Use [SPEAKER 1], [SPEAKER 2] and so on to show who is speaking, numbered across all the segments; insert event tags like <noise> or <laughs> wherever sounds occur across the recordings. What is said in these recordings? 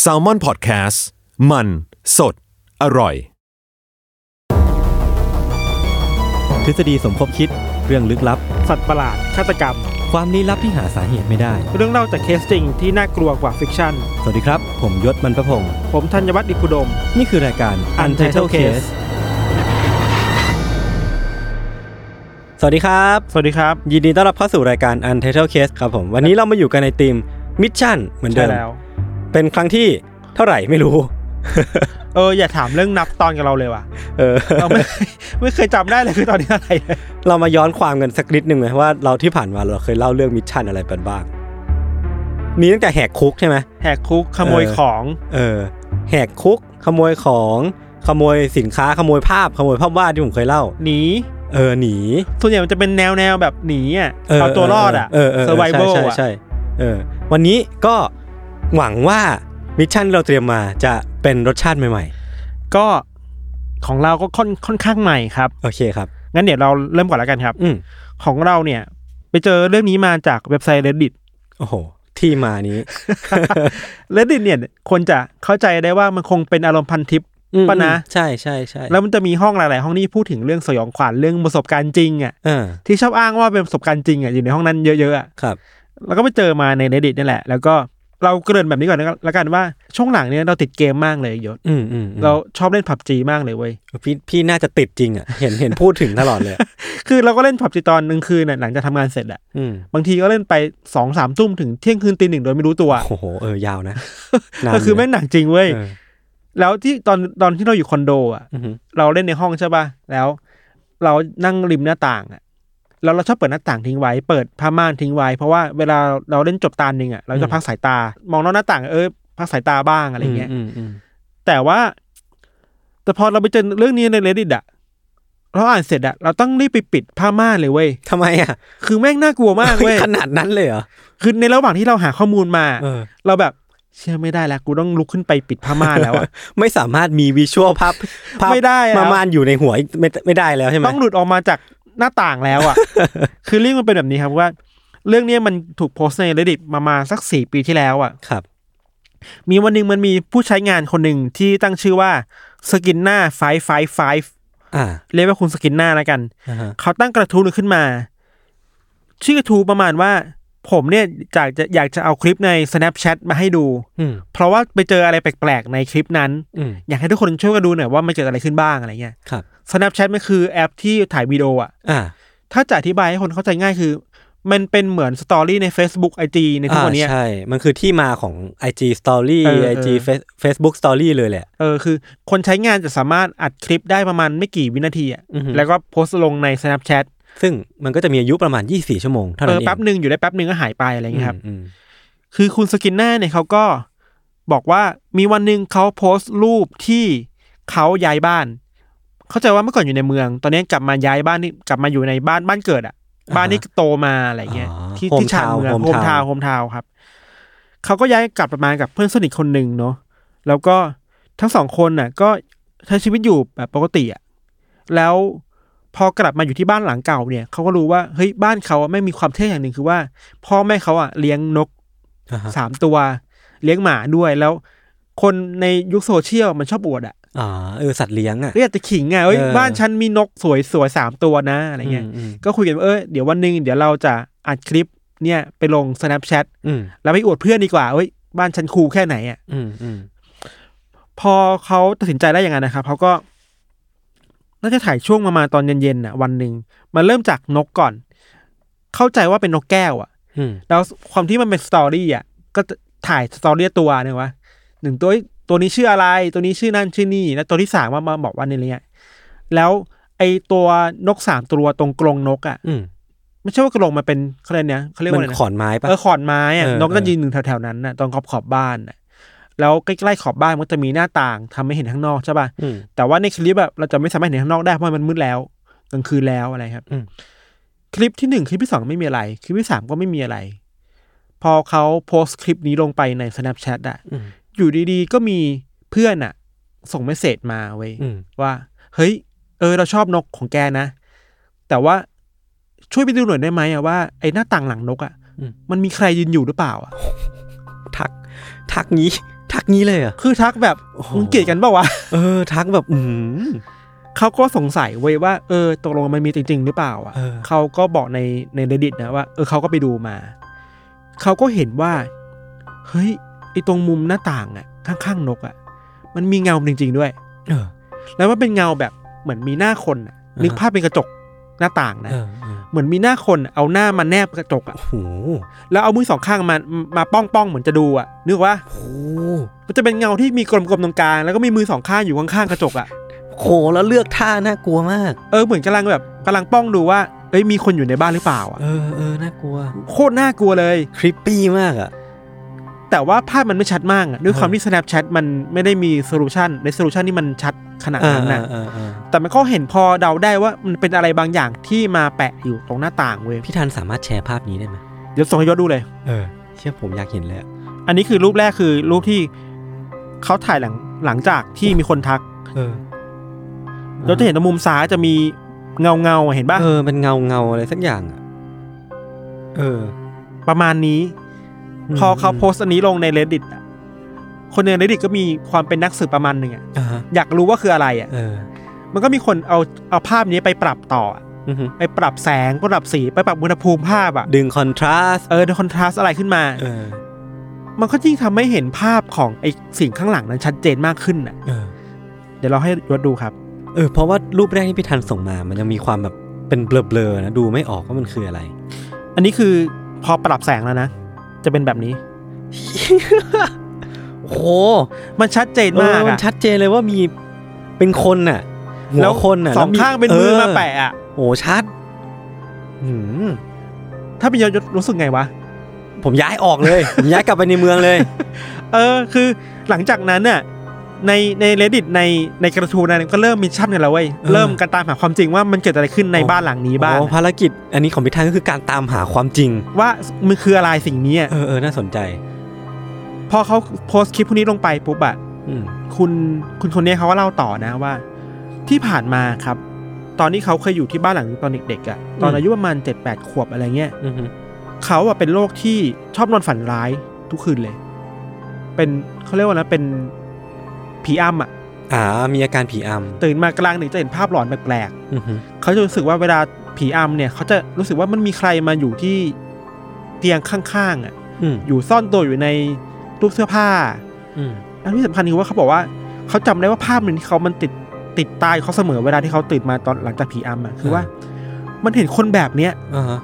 [SPEAKER 1] แซลมอนพอดแคสต์มันสดอร่อย
[SPEAKER 2] ทฤษฎีสมคบคิดเรื่องลึกลับ
[SPEAKER 3] สัตว์ประหลาด ฆาตกรรม
[SPEAKER 2] ความลี้ลับที่หาสาเหตุไม่ได้
[SPEAKER 3] เรื่องเล่าจากเคสจริงที่น่ากลัวกว่าฟิกชั่น
[SPEAKER 2] สวัสดีครับ ผมยศมันประพงศ์
[SPEAKER 3] ผมธัญวัฒน์อิพุดม
[SPEAKER 2] นี่คือรายการ Untitled Case สวัสดีครับ
[SPEAKER 3] สวัสดีครับ
[SPEAKER 2] ยินดีต้อนรับเข้าสู่รายการ Untitled Case ครับผม วันนี้เรามาอยู่กันในทีมมิชชั่นเหมือนเดิ
[SPEAKER 3] ใช่
[SPEAKER 2] ม
[SPEAKER 3] แล้ว
[SPEAKER 2] เป็นครั้งที่เท่าไหร่ไม่รู้
[SPEAKER 3] เออ อย่าถามเรื่องนับตอนกับเราเลย
[SPEAKER 2] <laughs>
[SPEAKER 3] ว่ะ
[SPEAKER 2] เออ
[SPEAKER 3] เราไม่ <laughs> ไม่เคยจำได้เลยคือตอนนี้อะไรเลย
[SPEAKER 2] เรามาย้อนความกันสักนิดหนึ่งไหมว่าเราที่ผ่านมาเราเคยเล่าเรื่องมิชชั่นอะไรกันบ้าง มีตั้งแต่แหกคุกใช่ไหม
[SPEAKER 3] แหกคุกขโมยของ
[SPEAKER 2] เออแหกคุกขโมยของขโมยสินค้าขโมยภาพขโมยภาพวาดที่ผมเคยเล่า
[SPEAKER 3] หนี
[SPEAKER 2] เออหนี
[SPEAKER 3] ส่วนใหญ่มันจะเป็นแนวแนวแบบหนีอ่ะ เอาตัวรอดอ่ะ
[SPEAKER 2] เออเออ
[SPEAKER 3] survival
[SPEAKER 2] ใช่ใช่
[SPEAKER 3] อ่ะ
[SPEAKER 2] ใช่เออวันนี้ก็หวังว่ามิชชั่นที่เราเตรียมมาจะเป็นรสชาติใหม่
[SPEAKER 3] ก็ของเราก็ค่อนค่อนข้างใหม่ครับ
[SPEAKER 2] ๆ โอเคครับ
[SPEAKER 3] งั้นเดี๋ยวเราเริ่มก่อนแล้วกันครับ
[SPEAKER 2] อืม
[SPEAKER 3] ของเราเนี่ย ไปเจอเรื่องนี้มาจากเว็บไซต์ reddit
[SPEAKER 2] โอ้โห ที่มานี้
[SPEAKER 3] <laughs> reddit เนี่ยควรจะเข้าใจได้ว่ามันคงเป็นอารมณ์พันทิป
[SPEAKER 2] อืม
[SPEAKER 3] ปะนะ
[SPEAKER 2] ใช่ใช่ใช่
[SPEAKER 3] แล้วมันจะมีห้องหลาย ๆ ห้องที่พูดถึงเรื่องสยองขวัญเรื่องประสบการณ์จริงอ่ะ
[SPEAKER 2] เออ
[SPEAKER 3] ที่ชอบอ้างว่าเป็นประสบการณ์จริงอ่ะอยู่ในห้องนั้นเยอะ ๆอ่ะ
[SPEAKER 2] ครับ
[SPEAKER 3] แล้วก็ไปเจอมาใน reddit นี่แหละ แล้วก็เราเกริ่นแบบนี้ก่อนแล้วกันว่าช่วงหลังเนี่ยเราติดเกมมากเลยยศ
[SPEAKER 2] อืมอืมอืม
[SPEAKER 3] เราชอบเล่นผับจีมากเลยเว้ย
[SPEAKER 2] พี่พี่น่าจะติดจริงอ่ะ เห็นเห็นพูดถึงตลอดเลยอะ
[SPEAKER 3] คือเราก็เล่นผับจีตอนกลางคืนน่ะหลังจากทำงานเสร็จอ่ะ
[SPEAKER 2] อืม
[SPEAKER 3] บางทีก็เล่นไปสองสามทุ่มถึงเที่ยงคืนตีหนึ่งโดยไม่รู้ตัว
[SPEAKER 2] โอ้โหเออยาวนะนาน
[SPEAKER 3] <laughs> ก็คือแม่งหนักจริงเว้ย
[SPEAKER 2] เออ
[SPEAKER 3] แล้วที่ตอนตอนที่เราอยู่คอนโดอ่ะ
[SPEAKER 2] อือหือ
[SPEAKER 3] เราเล่นในห้องใช่ป่ะ แล้วเรานั่งริมหน้าต่างอ่ะ แล้วเราชอบเปิดหน้าต่างทิ้งไว้ เปิดผ้าม่านทิ้งไว้ เพราะว่าเวลาเราเล่นจบตาหนึ่งอ่ะ เราจะ
[SPEAKER 2] อืม
[SPEAKER 3] พักสายตา มองนอกหน้าต่าง เออ พักสายตาบ้างอะไรเงี้ย
[SPEAKER 2] อืมอืมอืม
[SPEAKER 3] แต่ว่า แต่พอเราไปเจอเรื่องนี้ใน reddit อ่ะ เราอ่านเสร็จอ่ะ เราต้องรีบไปปิดผ้าม่านเลยเว้ย
[SPEAKER 2] ทำไมอ่ะ
[SPEAKER 3] คือแม่งน่ากลัวมากเว้ย
[SPEAKER 2] <laughs> ขนาดนั้นเลยเหรอ
[SPEAKER 3] คือในระหว่างที่เราหาข้อมูลมา
[SPEAKER 2] เออ
[SPEAKER 3] เราแบบเชื่อไม่ได้แล้ว กูต้องลุกขึ้นไปปิดผ้าม่านแล้วอ่ะ
[SPEAKER 2] ไม่สามารถมีวิชวลภาพภาพ
[SPEAKER 3] ไม่ได้แล้ว
[SPEAKER 2] มามานอยู่ในหัวอีกไม่ไม่ได้แล้วใช่ไหม
[SPEAKER 3] ต้องหลุดออกมาจากหน้าต่างแล้ว
[SPEAKER 2] <laughs>
[SPEAKER 3] อ่ะ คือเรื่องมันเป็นแบบนี้ครับว่า เรื่องเนี้ยมันถูกโพสต์ใน reddit มามาสักสี่ปีที่แล้วอ่ะ
[SPEAKER 2] ครับ
[SPEAKER 3] มีวันหนึ่งมันมีผู้ใช้งานคนหนึ่งที่ตั้งชื่อว่าสกินหน้าไฟไฟไฟ
[SPEAKER 2] อ่า
[SPEAKER 3] เรียกว่าคุณสกินหน้าแล้วกัน
[SPEAKER 2] อ่าฮะ
[SPEAKER 3] เขาตั้งกระทู้หนึ่งขึ้นมา ชื่อกระทู้ประมาณว่า ผมเนี่ยอยากจะอยากจะเอาคลิปใน snapchat มาให้ดู
[SPEAKER 2] อืม
[SPEAKER 3] เพราะว่าไปเจออะไรแปลกๆในคลิปนั้น
[SPEAKER 2] อืม
[SPEAKER 3] อยากให้ทุกคนช่วยกันดูหน่อยว่ามันเกิดอะไรขึ้นบ้างอะไรเงี้ย
[SPEAKER 2] ครับ
[SPEAKER 3] snapchat มันคือแอปที่ถ่ายวิดีโออ่ะ
[SPEAKER 2] อ่า
[SPEAKER 3] ถ้าจะอธิบายให้คนเข้าใจง่ายคือ มันเป็นเหมือนสตอรี่ใน Facebook IG ในทุกวันเนี้ย
[SPEAKER 2] อ่าใช่ มันคือที่มาของ IG Story
[SPEAKER 3] เออเออ
[SPEAKER 2] IG Face- Facebook Story เลยแหละ
[SPEAKER 3] เออคือ คนใช้งานจะสามารถอัดคลิปได้ประมาณไม่กี่วินาทีอ่ะ
[SPEAKER 2] อือฮึ
[SPEAKER 3] แล้วก็โพสต์ลงใน Snapchat
[SPEAKER 2] ซึ่งมันก็จะมีอายุประมาณ 24 ชั่วโมงเท่า
[SPEAKER 3] เอ
[SPEAKER 2] นั้น
[SPEAKER 3] อ
[SPEAKER 2] เอง
[SPEAKER 3] แป๊บหนึ่งอยู่ได้แป๊บหนึ่งก็หายไปอะไรอย่างเงี้ยครับ
[SPEAKER 2] อืม
[SPEAKER 3] คือคุณสกินหน้าเนี่ยเขาก็บอกว่ามีวันหนึ่งเขาโพสต์รูปที่เขาย้ายบ้าน เข้าใจว่าเมื่อก่อนอยู่ในเมือง ตอนนี้กลับมาย้ายบ้านนี่กลับมาอยู่ในบ้านบ้านเกิดอ่ะ
[SPEAKER 2] อืม
[SPEAKER 3] บ้านที่โตมาอะไรเงี้ย
[SPEAKER 2] อ๋อ
[SPEAKER 3] ที่
[SPEAKER 2] โฮม
[SPEAKER 3] ที่ชานเมือง
[SPEAKER 2] ทาวน์โฮ
[SPEAKER 3] โฮม
[SPEAKER 2] ม
[SPEAKER 3] ทา
[SPEAKER 2] ทาววน์
[SPEAKER 3] น์โฮมทาวน์ครับ เขาก็ย้ายกลับมากับเพื่อนสนิทคนหนึ่งเนาะแล้วก็ทั้งสองคนน่ะ ก็ใช้ชีวิตอยู่แบบปกติอ่ะแล้วพอกลับมาอยู่ที่บ้านหลังเก่าเนี่ยเขาก็รู้ว่าเฮ้ยบ้านเขาอะไม่งมีความเท่อย่างหนึ่งคือว่า พ่อแม่เขาอ่ะเลี้ยงนก
[SPEAKER 2] อ่าฮะ
[SPEAKER 3] สามตัวเลี้ยงหมาด้วยแล้ว คนในยุคโซเชียลมันชอบอวดอ่ะ
[SPEAKER 2] อ่าเออสัตว์เลี้ยงอ่ะ
[SPEAKER 3] ก็อยากจะขิงอ่ะเอ้ย
[SPEAKER 2] เออ
[SPEAKER 3] บ้านฉันมีนกสวยสวยๆสามตัวนะอะไรเงี้ย
[SPEAKER 2] มอืม
[SPEAKER 3] ก็คุยกันว่าเออเดี๋ยววันหนึ่งเดี๋ยวเราจะอัดคลิปเนี่ยไปลง Snapchat
[SPEAKER 2] อืม
[SPEAKER 3] แล้วไปอวดเพื่อนดีกว่าเอ้ยบ้านฉันคูลแค่ไหนอ่ะ
[SPEAKER 2] อืมอืม
[SPEAKER 3] พอเขาตัดสินใจได้อย่างนั้นนะครับเขาก็น่าจะถ่ายช่วงประมาณตอนเย็นๆน่ะวันหนึ่งมันเริ่มจากนกก่อน เข้าใจว่าเป็นนกแก้วอ่ะ
[SPEAKER 2] อืม
[SPEAKER 3] แล้วความที่มันเป็นสตอรี่อ่ะก็จะถ่ายสตอรี่ตัวเนี่ยวะหนึ่งตัวตัวนี้ชื่ออะไร ตัวนี้ชื่อนั่นชื่อนี่ แล้วตัวที่สามมามาบอกว่าในเนี้ยแล้วไอตัวนกสามตัวตรงกรงนกอ่ะ
[SPEAKER 2] อืม
[SPEAKER 3] ไม่ใช่ว่ากระโหลกมันเป็นเขาเรียกเนี่ยเขาเรียกว่า
[SPEAKER 2] มั
[SPEAKER 3] อะไร
[SPEAKER 2] น
[SPEAKER 3] นะ
[SPEAKER 2] ขอนไม้ปะ
[SPEAKER 3] เออขอนไม้อะ
[SPEAKER 2] เออ
[SPEAKER 3] น้องก็
[SPEAKER 2] เออ
[SPEAKER 3] ยืนหนึ่งแถวๆนั้นน่ะตรงขอบขอบบ้านน่ะแล้วใกล้ๆขอบบ้านมันก็จะมีหน้าต่างทำให้เห็นข้างนอกใช่ป่ะ
[SPEAKER 2] อืม
[SPEAKER 3] แต่ว่าในคลิปแบบเราจะไม่สามารถเห็นข้างนอกได้เพราะมันมืดแล้วกลางคืนแล้วอะไรครับ
[SPEAKER 2] อืม
[SPEAKER 3] คลิปที่หนึ่งคลิปที่สองไม่มีอะไร คลิปที่สามก็ไม่มีอะไร พอเขาโพสต์คลิปนี้ลงไปใน snapchat อะ
[SPEAKER 2] อืม
[SPEAKER 3] อยู่ดีๆก็มีเพื่อนอะส่งเมสเซจมาเว้ย
[SPEAKER 2] อืม
[SPEAKER 3] ว่า เฮ้ย เออ เราชอบนกของแกนะ แต่ว่าช่วยไปดูหน่อยได้ไหมอะว่าไอ้หน้าต่างหลังนกอะมันมีใครยืนอยู่หรือเปล่าอะ
[SPEAKER 2] ทัก ทักงี้ ทักงี้เลยเหรอ่ะ
[SPEAKER 3] คือทักแบบ
[SPEAKER 2] โอ้โห
[SPEAKER 3] มึงเกลียดกันเปล่าวะ
[SPEAKER 2] เออ ทักแบบ อืม
[SPEAKER 3] เขาก็สงสัยเว้ยว่าเออตกลงมันมีจริง ๆ หรือเปล่าอะ
[SPEAKER 2] เออ
[SPEAKER 3] เขาก็บอกในใน reddit นะว่า เออเขาก็ไปดูมา เขาก็เห็นว่า เฮ้ยไอ้ตรงมุมหน้าต่างอะข้างๆนกอะมันมีเงาจริง ๆ ด้วย
[SPEAKER 2] เออ
[SPEAKER 3] แล้วมันเป็นเงาแบบเหมือนมีหน้าคนอะ
[SPEAKER 2] อ่านึ
[SPEAKER 3] นึกภาพเป็นกระจกหน้าต่างนะ
[SPEAKER 2] เออเออ
[SPEAKER 3] เหมือนมีหน้าคนเอาหน้ามาแนบกระจกอะ
[SPEAKER 2] โอ้โห
[SPEAKER 3] แล้วเอามือสองข้างมามาป้องป้องๆเหมือนจะดูอะนึกว่า
[SPEAKER 2] โอ้โห
[SPEAKER 3] มันจะเป็นเงาที่มีกลมๆตรงกลางแล้วก็มีมือสองข้างอยู่ข้างๆกระจกอะ
[SPEAKER 2] โหแล้วเลือกท่าน่ากลัวมาก
[SPEAKER 3] เออเหมือนกำลังแบบกำลังป้องดูว่าเอ้ยมีคนอยู่ในบ้านหรือเปล่าอะ
[SPEAKER 2] เออเออน่ากลัว
[SPEAKER 3] โคตรน่ากลัวเลย
[SPEAKER 2] คริปปี้มากอ่ะ
[SPEAKER 3] แต่ว่าภาพมันไม่ชัดมากอะด้วยความ
[SPEAKER 2] เออ
[SPEAKER 3] ที่ Snapchat มันไม่ได้มีโซลูชันในโซลูชันที่มันชัดขนาด
[SPEAKER 2] เออ
[SPEAKER 3] นั้น
[SPEAKER 2] เอ
[SPEAKER 3] นะ
[SPEAKER 2] อเออเออ
[SPEAKER 3] แต่มันก็เห็นพอเดาได้ว่ามันเป็นอะไรบางอย่างที่มาแปะอยู่ตรงหน้าต่างเว้ย
[SPEAKER 2] พี่ทันสามารถแชร์ภาพนี้ได้ไหม
[SPEAKER 3] เดี๋ยวส่งให้ยศดูเลย
[SPEAKER 2] เออ เชื่อผมอยากเห็นเลยอะ
[SPEAKER 3] อันนี้คือรูปแรกคือรูปที่เขาถ่ายหลังหลังจากที่มีคนทัก
[SPEAKER 2] เออ
[SPEAKER 3] เราจะเห็นตรงมุมซ้ายจะมีเงาเงาๆเห็นป่ะ
[SPEAKER 2] เออมันเงาเงาอะไรสักอย่างอะเออ
[SPEAKER 3] ประมาณนี้
[SPEAKER 2] อืม
[SPEAKER 3] พอเขาโพสต์อันนี้ลงใน reddit อะคนใน reddit ก็มีความเป็นนักสืบประมาณหนึ่งอะ
[SPEAKER 2] อ่าฮะ
[SPEAKER 3] อยากรู้ว่าคืออะไรอะ
[SPEAKER 2] เออ
[SPEAKER 3] มันก็มีคนเอาเอาภาพนี้ไปปรับต่ออะ
[SPEAKER 2] อือฮึ
[SPEAKER 3] ไปปรับแสงปรับสีไปปรับอุณหภูมิภาพอะ
[SPEAKER 2] ดึงคอนทราสต์
[SPEAKER 3] เออในคอนทราสอะไรขึ้นมา
[SPEAKER 2] เออ
[SPEAKER 3] มันก็ยิ่งทำให้เห็นภาพของไอสิ่งข้างหลังนั้นชัดเจนมากขึ้นอะ
[SPEAKER 2] เออ
[SPEAKER 3] เดี๋ยวเราให้ยศดูครับ
[SPEAKER 2] เออ เพราะว่ารูปแรกที่พี่ทันส่งมา มันยังมีความแบบเป็นเบลอๆนะ ดูไม่ออกว่ามันคืออะไร
[SPEAKER 3] อันนี้คือพอปรับแสงแล้วนะ จะเป็นแบบนี้
[SPEAKER 2] โอ้โห
[SPEAKER 3] มันชัดเจนมาก
[SPEAKER 2] เออมั
[SPEAKER 3] อะ
[SPEAKER 2] นชัดเจนเลยว่ามีเป็นคนน่ะหัวคนน่ะ
[SPEAKER 3] สอง
[SPEAKER 2] แล้ว
[SPEAKER 3] ข้างเป็นมือมาแปะอะ
[SPEAKER 2] โอ้ชัดหืม
[SPEAKER 3] ถ้าเป็นยศรู้สึกไงวะ
[SPEAKER 2] ผมย้ายออกเลย ผมย้ายกลับไปในเมืองเลย
[SPEAKER 3] เออ คือหลังจากนั้นน่ะ ในใน reddit ในในกระทูนั้นก็เริ่มมิชชั่นกันแล้วเว้ย
[SPEAKER 2] เออ
[SPEAKER 3] เริ่มกันตามหาความจริงว่ามันเกิดอะไรขึ้นในบ้านหลังนี้บ้าง
[SPEAKER 2] โอ้ภารกิจ อันนี้ของพี่ทันก็คือการตามหาความจริง
[SPEAKER 3] ว่ามันคืออะไรสิ่งนี้อะ
[SPEAKER 2] เออเออน่าสนใจ
[SPEAKER 3] พอเขาโพสต์คลิปพวกนี้ลงไปปุ๊บอะ
[SPEAKER 2] อืม
[SPEAKER 3] คุณคุณคนเนี้ยเขาก็เล่าต่อนะว่า ที่ผ่านมาครับ ตอนที่เขาเคยอยู่ที่บ้านหลังนี้ตอนเด็กๆอะตอนอายุประมาณเจ็ดแปดขวบอะไรเงี้ย
[SPEAKER 2] อือฮึ
[SPEAKER 3] เขาอะเป็นโรคที่ชอบนอนฝันร้ายทุกคืนเลย เป็นเขาเรียกว่านะเป็นผีอ้ำอะ
[SPEAKER 2] อ่า มีอาการผีอ
[SPEAKER 3] ตื่นมากลางดึกจะเห็นภาพหลอนแปลก
[SPEAKER 2] ำอือฮึ
[SPEAKER 3] ๆเขาจะรู้สึกว่าเวลาผีอ้ำเนี่ยเขาจะรู้สึกว่ามันมีใครมาอยู่ที่เตียงข้างๆอะ
[SPEAKER 2] อืม
[SPEAKER 3] อยู่ซ่อนตัวอยู่ในตู้เสื้อผ้า
[SPEAKER 2] อืม
[SPEAKER 3] อันที่สำคัญคือว่าเขาบอกว่าเขาจำได้ว่าภาพหนึ่งที่เขามันติดติดตายเขาเสมอเวลาที่เขาตื่นมาตอนหลังจากผีอ้ำอะคือว่า มันเห็นคนแบบเนี้ย
[SPEAKER 2] อ่าฮะ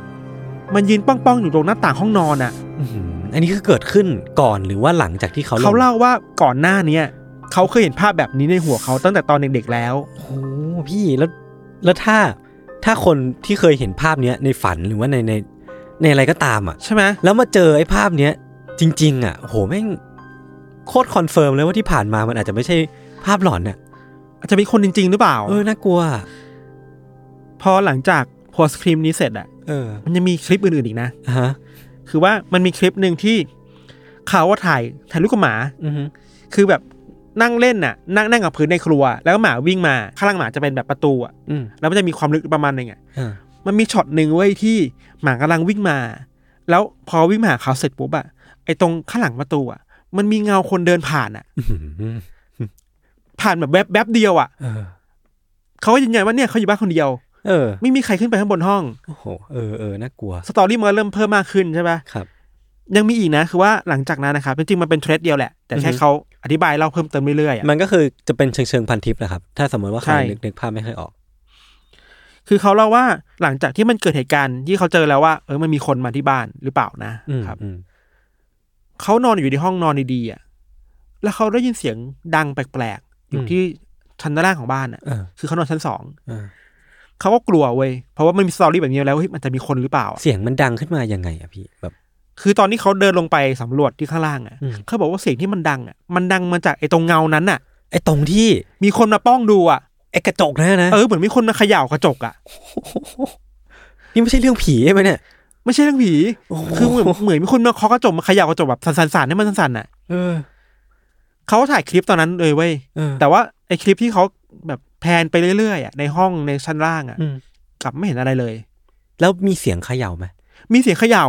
[SPEAKER 3] มันยืนป้องๆอยู่ตรงหน้าต่างห้องนอนอะ
[SPEAKER 2] อื้อหืออันนี้คือเกิดขึ้นก่อนหรือว่าหลังจากที่เขา
[SPEAKER 3] เขา
[SPEAKER 2] ง
[SPEAKER 3] เล่าว่าก่อนหน้าเนี้ยเขาเคยเห็นภาพแบบนี้ในหัวเขาตั้งแต่ตอนเด็กๆแล้ว
[SPEAKER 2] โอ้โหพี่แล้วแล้วถ้าถ้าคนที่เคยเห็นภาพเนี้ยในฝันหรือว่าในในในอะไรก็ตามอ่ะ
[SPEAKER 3] ใช่ไหม
[SPEAKER 2] แล้วมาเจอไอ้ภาพเนี้ยจริง ๆ อ่ะโอ้โหแม่งโคตรคอนเฟิร์มเลยว่าที่ผ่านมามันอาจจะไม่ใช่ภาพหลอนเนี่ย
[SPEAKER 3] อาจจะเป็นคนจริง ๆ หรือเปล่า
[SPEAKER 2] เออน่ากลัวอะ
[SPEAKER 3] พอหลังจากโพสต์คลิปนี้เสร็จอะ
[SPEAKER 2] เออ
[SPEAKER 3] มันยังมีคลิปอื่นๆอีกนะ
[SPEAKER 2] อ่ะฮะ
[SPEAKER 3] คือว่ามันมีคลิปหนึ่งที่เขาว่าถ่ายถ่ายรูปกับหมา
[SPEAKER 2] อือฮึ
[SPEAKER 3] คือแบบนั่งเล่นน่ะ นั่งนั่งกับพื้นในครัว แล้วหมาวิ่งมาข้างหลังหมาจะเป็นแบบประตูอะ
[SPEAKER 2] อืม
[SPEAKER 3] แล้วมันจะมีความลึกประมาณหนึงอะ
[SPEAKER 2] อ่า
[SPEAKER 3] มันมีช็อตหนึ่งเว้ยที่หมากำลังวิ่งมา แล้วพอวิ่งมาหาเขาเสร็จปุ๊บอะไอตรงข้างหลังประตูอะมันมีเงาคนเดินผ่านอะ
[SPEAKER 2] อื้อหือ
[SPEAKER 3] ผ่านแบบแวบแวบเดียวอ่ะ
[SPEAKER 2] เออ
[SPEAKER 3] เขาก็ยืนยันว่าเนี่ยเขาอยู่บ้านคนเดียว
[SPEAKER 2] เออ
[SPEAKER 3] ไม่มีใครขึ้นไปข้างบนห้อง
[SPEAKER 2] โอ้โหเออเออน่ากลัว
[SPEAKER 3] สตอรี่มันก็เริ่มเพิ่มมากขึ้นใช่ปะ
[SPEAKER 2] ครับ
[SPEAKER 3] ยังมีอีกนะคือว่าหลังจากนั้นนะครับจริงๆมันเป็นเทรดเดียวแหละ แต่แค่เขาอธิบายเล่าเพิ่มเติมเรื่อยๆอะ
[SPEAKER 2] มันก็คือจะเป็นเชิงเชิงๆพันทิปนะครับ ถ้าสมมติว่าใคร
[SPEAKER 3] ใช่
[SPEAKER 2] นึกนึกภาพไม่ค่อยออก
[SPEAKER 3] คือเขาเล่าว่าหลังจากที่มันเกิดเหตุการณ์ที่เขาเจอแล้วว่าเออมันมีคนมาที่บ้านหรือเปล่านะ
[SPEAKER 2] อืม
[SPEAKER 3] ครับ
[SPEAKER 2] อืม
[SPEAKER 3] เขานอนอยู่ในห้องนอนดีๆอ่ะแล้วเขาได้ยินเสียงดังแปลกๆอยู่ที่ชั้นด้านล่างของบ้านอ่ะ
[SPEAKER 2] เออ
[SPEAKER 3] คือเขานอนชั้นสอง
[SPEAKER 2] เออ
[SPEAKER 3] เขาก็กลัวเว้ยเพราะว่ามันมีสตอรี่แบบนี้แล้วเฮ้ยมันจะมีคนหรือเปล่าอะ
[SPEAKER 2] เสียงมันดังขึ้นมายังไงอะพี่แบบ
[SPEAKER 3] คือตอนที่เขาเดินลงไปสำรวจที่ข้างล่างอ่ะ
[SPEAKER 2] อืม
[SPEAKER 3] เขาบอกว่าเสียงที่มันดังอ่ะมันดังมาจากไอ้ตรงเงานั้นอ่ะ
[SPEAKER 2] ไอ้ตรงที่
[SPEAKER 3] มีคนมาป้องดูอ่ะ
[SPEAKER 2] ไอ้กระจกนะนะ
[SPEAKER 3] เออเหมือนมีคนมาเขย่ากระจกอ่ะ
[SPEAKER 2] นี่ไม่ใช่เรื่องผีใช่ไหมเนี่ย
[SPEAKER 3] ไม่ใช่เรื่องผี
[SPEAKER 2] โอ้โห
[SPEAKER 3] คือเหมือนเหมือนมีคนมาเคาะกระจกมาเขย่ากระจกแบบสั่นๆๆให้มันสั่นๆน่ะ
[SPEAKER 2] เออ
[SPEAKER 3] เขาถ่ายคลิปตอนนั้นเลยเว้ย
[SPEAKER 2] เออ
[SPEAKER 3] แต่ว่าไอ้คลิปที่เขาแบบแพนไปเรื่อยๆอ่ะในห้องในชั้นล่างอ่ะ
[SPEAKER 2] อืม
[SPEAKER 3] กลับไม่เห็นอะไรเลย
[SPEAKER 2] แล้วมีเสียงเขย่าไหม
[SPEAKER 3] มีเสียงเขย่า